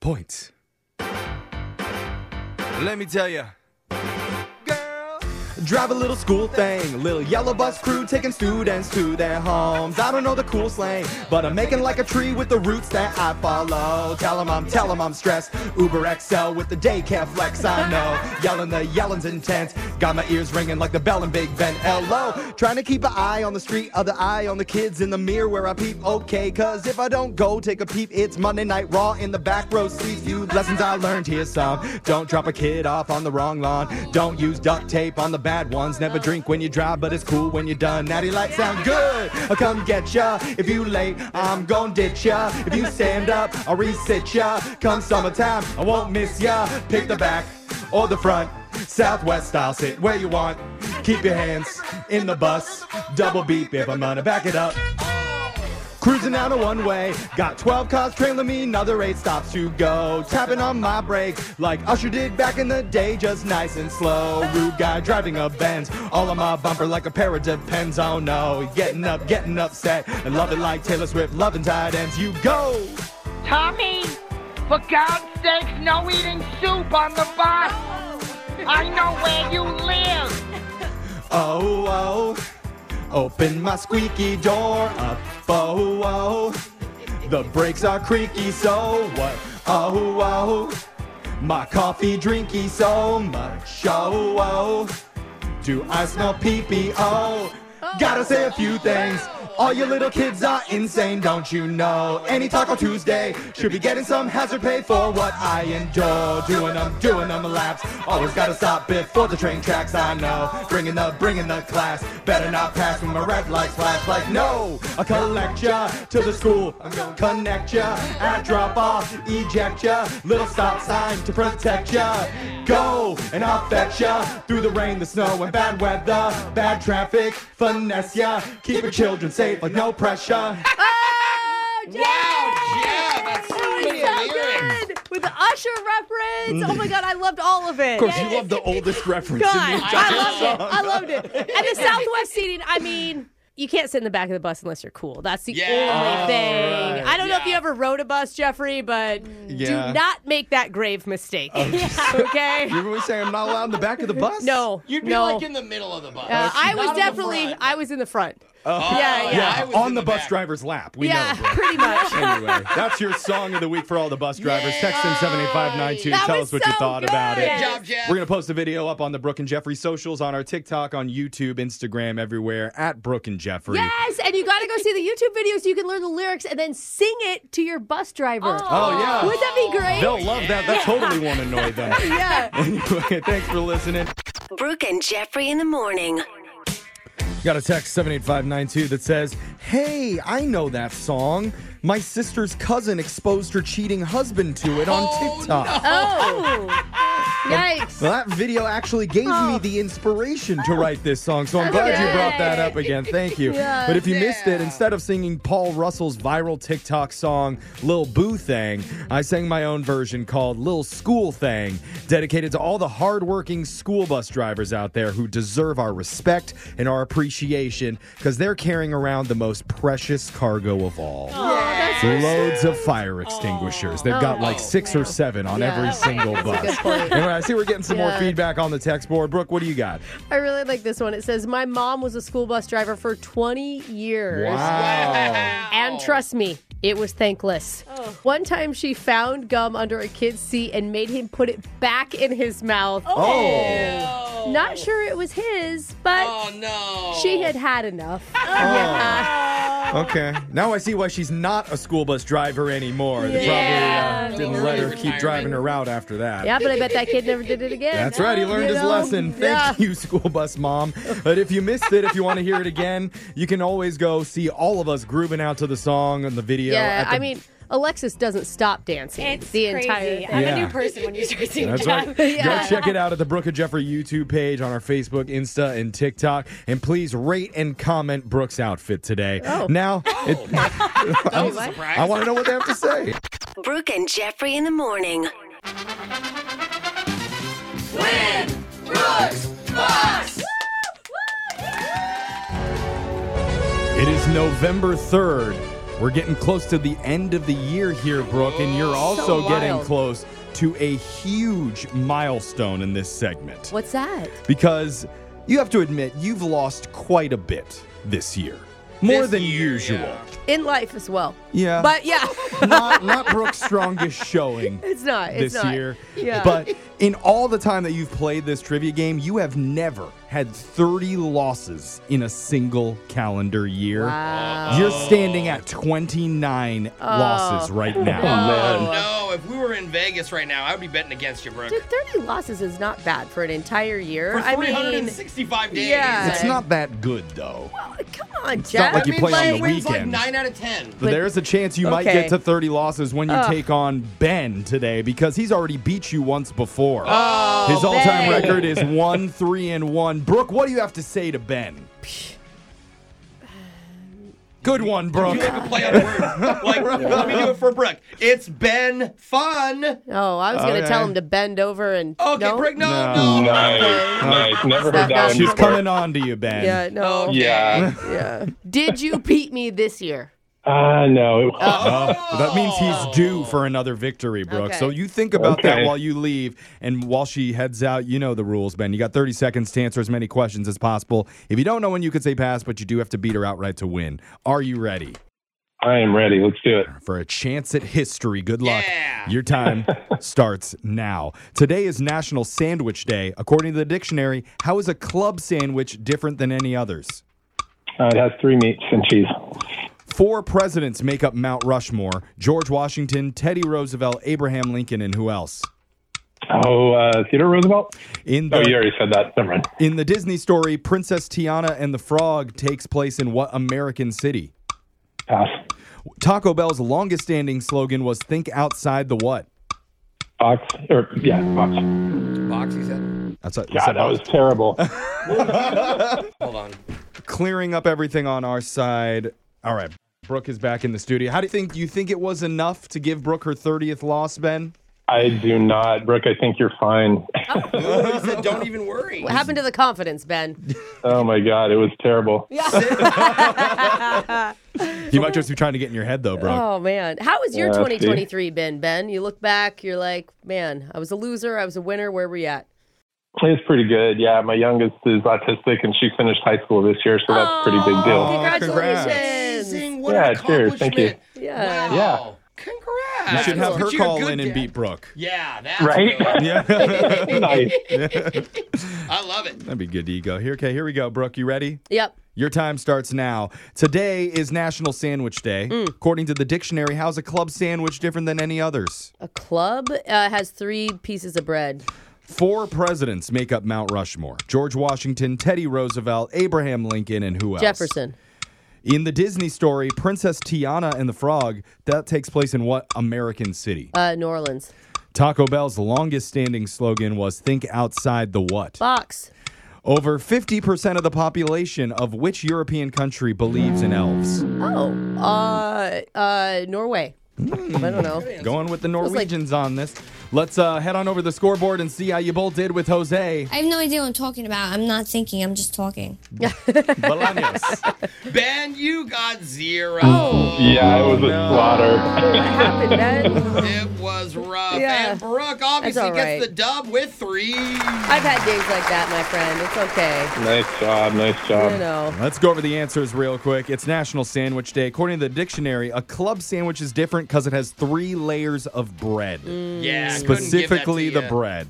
E: points. Let me tell you. Drive a little school thing, little yellow bus crew taking students to their homes. I don't know the cool slang, but I'm making like a tree with the roots that I follow. Tell 'em I'm, tell 'em I'm stressed. Uber XL with the daycare flex, I know. Yelling, the yelling's intense. Got my ears ringing like the bell in Big Ben. LO. Trying to keep an eye on the street, other eye on the kids in the mirror where I peep. Okay, cause if I don't go take a peep, it's Monday Night Raw in the back row seats. You lessons I learned here some. Don't drop a kid off on the wrong lawn. Don't use duct tape on the bad ones. Never drink when you drive, but it's cool when you're done. Natty lights sound good. I'll come get ya. If you late, I'm gon' ditch ya. If you stand up, I'll resit ya. Come summertime, I won't miss ya. Pick the back or the front. Southwest style, sit where you want. Keep your hands in the bus. Double beep if I'm gonna back it up. Cruising down a one way, got 12 cars trailing me, another eight stops to go. Tapping on my brake like Usher did back in the day, just nice and slow. Rude guy driving a Benz, all on my bumper like a pair of depends. Oh no, getting up, getting upset, and love it like Taylor Swift, loving tight ends. You go.
N: Tommy, for God's sakes, no eating soup on the bus. I know where you live.
E: Oh, oh, open my squeaky door up. Oh, oh, the brakes are creaky, so what? Oh, oh, my coffee drinky so much. Oh, oh, do I smell pee pee? Oh, gotta say a few things. All you little kids are insane, don't you know? Any Taco Tuesday should be getting some hazard pay for what I endure. Doing them, doing them laps. Always gotta stop before the train tracks, I know. Bringing the, bringing the class. Better not pass when my red lights flash. Like, no, I collect ya to the school. I'm gonna connect ya. At drop off, eject ya. Little stop sign to protect ya. Go and I'll fetch ya. Through the rain, the snow, and bad weather. Bad traffic, finesse ya. Keep your children safe, but no pressure.
A: Oh, That was so good with the Usher reference. Oh my god, I loved all of it.
E: Of course, you love the oldest reference
A: God,
E: in the
A: I
E: entire
A: loved it.
E: song.
A: I loved it. And the
E: *laughs*
A: Southwest seating, I mean, you can't sit in the back of the bus unless you're cool. That's the only
E: Oh,
A: thing.
E: right.
A: I don't know if you ever rode a bus, Jeffrey, but
D: Mm.
E: Yeah.
A: do not make that grave mistake.
D: Oh,
A: *laughs* okay?
E: You were saying I'm not allowed in the back of the bus?
A: No.
D: You'd be
A: no.
D: like in the middle of the bus.
A: Uh, I
D: Not
A: was
D: in the
A: definitely, I was in the front.
E: Oh,
A: Yeah, yeah. I was
E: on the, bus driver's lap. We
A: yeah, *laughs*
E: know.
A: pretty much.
E: anyway, that's your song of the week for all the bus drivers. Text in 78592.
A: That
E: Tell
A: was
E: us what you
A: so
E: thought about
A: good.
E: it.
A: Good job, Jeff.
E: We're going to post a video up on the Brooke and Jeffrey socials on our TikTok, on YouTube, Instagram, everywhere at Brooke and Jeffrey.
A: Yes, and you got to go see the YouTube video so you can learn the lyrics and then sing it to your bus driver.
E: Oh, yeah.
A: Would that be great?
E: They'll love that. That totally won't annoy them.
A: *laughs* Yeah.
E: Anyway, thanks for listening.
G: Brooke and Jeffrey in the *laughs* morning.
E: Got a text 78592 that says, Hey, I know that song. My sister's cousin exposed her cheating husband to it on TikTok.
C: *laughs*
A: Oh. Yikes.
E: Well, that video actually gave me the inspiration to write this song, so I'm glad you brought that up again. Thank you.
A: Yeah.
E: But if you missed it, instead of singing Paul Russell's viral TikTok song, Lil Boo Thang, I sang my own version called Lil School Thang, dedicated to all the hardworking school bus drivers out there who deserve our respect and our appreciation because they're carrying around the most precious cargo of all. Loads of fire extinguishers. They've got like six or seven on
B: Yeah.
E: every single bus.
B: good point.
E: Anyway, I see we're getting some more
B: Yeah.
E: feedback on the text board. Brooke, what do you got?
B: I really like this one. It says, My mom was a school bus driver for 20 years.
E: Wow.
B: And trust me, it was thankless. One time she found gum under a kid's seat and made him put it back in his mouth.
E: Oh.
B: Not sure it was his, but
D: no.
B: she had had enough. Uh,
E: Okay. Now I see why she's not a school bus driver anymore. They
B: Yeah.
E: probably uh, didn't let her keep driving her route after that.
B: Yeah, but I bet that kid never did it again.
E: That's right. He learned
B: You
E: his
B: know?
E: lesson. Thank
B: Yeah.
E: you, school bus mom. But if you missed it, if you want to hear it again, you can always go see all of us grooving out to the song and the video.
B: Yeah,
E: at the
B: I mean, Alexis doesn't stop dancing
C: It's
B: the
C: crazy.
B: entire thing.
C: I'm
E: Yeah.
C: a new person when you start seeing
E: *laughs* That's
C: Jeff.
E: right. Go check it out at the Brooke and Jeffrey YouTube page on our Facebook, Insta, and TikTok. And please rate and comment Brooke's outfit today.
G: Oh.
E: Now, it,
G: was a surprise.
E: I want to know what they have to say.
G: Brooke and Jeffrey in the morning.
N: Win Brooks Box!
E: It is November 3rd, We're getting close to the end of the year here, Brooke, and you're also getting
A: wild.
E: close to a huge milestone in this segment
A: What's that?
E: because you have to admit you've lost quite a bit this year, more than usual.
B: in life as well.
E: Yeah. *laughs*
B: But yeah,
E: not not Brooke's strongest showing.
B: It's not, it's
E: this
B: not.
E: year.
B: Yeah.
E: But in all the time that you've played this trivia game, you have never had 30 losses in a single calendar year.
D: Wow.
E: You're standing at 29
B: Oh.
E: losses right now.
D: Oh, no. If we were in Vegas right now, I would be betting against you, Brooke.
B: Dude, 30 losses is not bad for an entire year.
D: For
B: I mean,
D: 365 days.
B: Yeah.
E: It's not that good though.
B: come on,
E: It's not
B: Jeff.
E: like you play on the
D: wins like
E: weekend.
D: 9 out of 10.
E: But there's a chance you might
B: Okay.
E: get to 30 losses when you
B: Ugh.
E: take on Ben today because he's already beat you once before.
D: Oh,
E: His all-time
D: Ben.
E: record is one, three, and one. Brooke, what do you have to say to Ben? Good one, Brooke.
D: play on
E: *laughs*
D: words. *laughs* Like, let me do it for Brooke. It's been fun.
B: Oh, I was going to
E: Okay.
B: tell him to bend over and.
D: Okay,
B: no?
D: Brooke, no, no.
E: Nice,
B: nice. Never heard that one
E: She's
B: before.
E: coming on to you, Ben.
B: Yeah, no.
E: Yeah.
B: Yeah. Did you beat me this year?
E: Ah, no. that means he's due for another victory, Brooke.
B: Okay.
E: So you think about that
O: Okay.
E: while you leave. And while she heads out, you know the rules, Ben. You got 30 seconds to answer as many questions as possible. If you don't know when you could say pass, but you do have to beat her outright to win. Are you ready?
O: I am ready. Let's do it.
E: For a chance at history. Good luck.
O: *laughs*
E: Your time starts now. Today is National Sandwich Day. According to the dictionary, how is a club sandwich different than any others?
O: Uh, it has three meats and cheese. Oh,
E: Four presidents make up Mount Rushmore George Washington, Teddy Roosevelt, Abraham Lincoln, and who else?
O: Oh, uh, Theodore Roosevelt?
E: In
O: oh, you already said that. Never mind.
E: In the Disney story, Princess Tiana and the Frog takes place in what American city?
O: Pass.
E: Taco Bell's longest standing slogan was Think Outside the What?
O: Box. Or, yeah, box.
D: Box, he said.
E: That's what,
O: God, that was terrible.
E: *laughs*
D: Hold on.
E: clearing up everything on our side. All right, Brooke is back in the studio. How do you think? You think it was enough to give Brooke her thirtieth loss, Ben?
O: I do not. Brooke, I think you're fine. *laughs*
D: Ooh, he said, don't even worry.
B: What happened to the confidence, Ben?
O: Oh, my God. It was terrible.
E: *laughs* You might just be trying to get in your head, though, Brooke.
B: Oh man, how has your
E: Yeah, see.
B: 2023 been, Ben? You look back, you're like, man, I was a loser, I was a winner. Where we at?
O: It's pretty good. Yeah, my youngest is autistic, and she finished high school this year, so that's a pretty big deal.
B: Oh, Congratulations!
D: What
O: yeah, cheers. Thank you.
B: Yeah.
O: Yeah.
E: You
D: Yeah,
E: should have
D: but
E: her
D: you're a
E: call
D: good
E: in and
D: dad.
E: beat Brooke.
D: Yeah, Ah, that's
O: Right?
D: good.
E: Yeah. *laughs*
O: *laughs* Nice.
D: *laughs* I love it.
E: That'd be good ego. Here, okay, here we go, Brooke. You ready?
B: Yep.
E: Your time starts now. Today is National Sandwich Day. According to the dictionary, how's a club sandwich different than any others?
B: A club uh, has three pieces of bread.
E: Four presidents make up Mount Rushmore George Washington, Teddy Roosevelt, Abraham Lincoln, and who else?
B: Jefferson.
E: In the Disney story, Princess Tiana and the Frog, that takes place in what American city?
B: Uh, New Orleans.
E: Taco Bell's longest standing slogan was Think Outside the What?
B: Box.
E: Over 50% of the population of which European country believes in elves?
B: Oh, uh, uh, Norway. I don't know.
E: Going with the Norwegians on this. Let's uh, head on over to the scoreboard and see how you both did with Jose.
P: I have no idea what I'm talking about. I'm not thinking. I'm just talking.
D: Ben, you got zero.
O: Yeah, it was
E: Oh,
O: a slaughter.
B: happened, Ben?
D: It was rough.
B: Yeah.
D: And Brooke obviously
B: all right.
D: gets the dub with three.
B: I've had days like that, my friend. It's okay.
O: Nice job. Nice job.
B: I know.
E: Let's go over the answers real quick. It's National Sandwich Day. According to the dictionary, a club sandwich is different because it has three layers of bread.
D: Mm. Yeah, I couldn't give that to Mm.
E: Specifically, the
D: ya.
E: bread.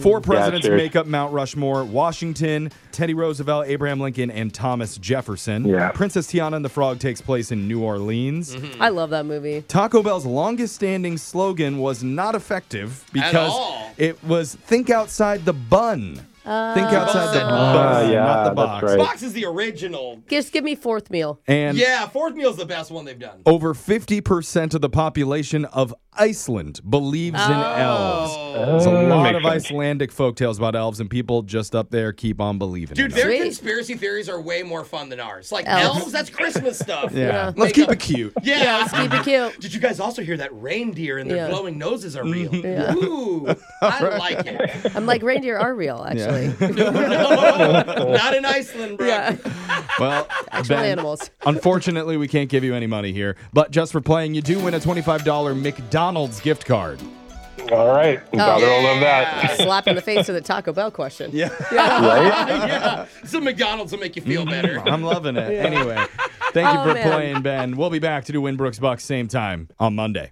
E: Four presidents
O: Gotcha.
E: make up Mount Rushmore Washington, Teddy Roosevelt, Abraham Lincoln, and Thomas Jefferson.
O: Yeah.
E: Princess Tiana and the Frog takes place in New Orleans.
D: Mm-hmm.
B: I love that movie.
E: Taco Bell's longest standing slogan was not effective because
D: all.
E: it was think outside the bun.
B: Uh,
E: think outside the
D: Bun.
E: bun,
O: Ah, yeah,
E: not the
O: that's
E: box.
O: right.
D: Box is the original.
B: Just give me fourth meal.
E: And
D: yeah, fourth meal's the best one they've done.
E: over 50% of the population of Iceland believes in
B: Oh.
E: elves. There's a
O: Oh,
E: lot
O: makes
E: of
O: sense.
E: Icelandic folktales about elves, and people just up there keep on believing.
D: Dude,
E: in
D: their
E: them.
D: conspiracy theories are way more fun than ours. Like
B: Elves.
D: elves, that's Christmas stuff.
E: yeah. Let's keep it cute.
D: Yeah.
B: Yeah, let's
D: *laughs*
B: keep it cute.
D: Did you guys also hear that reindeer and their
B: Yeah.
D: glowing noses are real?
B: *laughs* Yeah.
E: *laughs*
D: Ooh, I like it.
B: I'm like, reindeer are real, actually. Really? *laughs*
D: *laughs* Not in Iceland, bro.
E: *laughs* Well,
B: Actual
E: Ben,
B: animals.
E: Unfortunately, we can't give you any money here, but just for playing, you do win a $25 McDonald's gift card.
O: All right. Got all of that.
B: *laughs* Slap in the face of the Taco Bell question.
E: Yeah.
D: yeah. Some McDonald's will make you feel better.
E: *laughs* I'm loving it.
D: *laughs* Yeah.
E: Anyway, thank you
D: Oh,
E: for
D: man.
E: playing, Ben. We'll be back to do Winbrook's Bucks same time on Monday.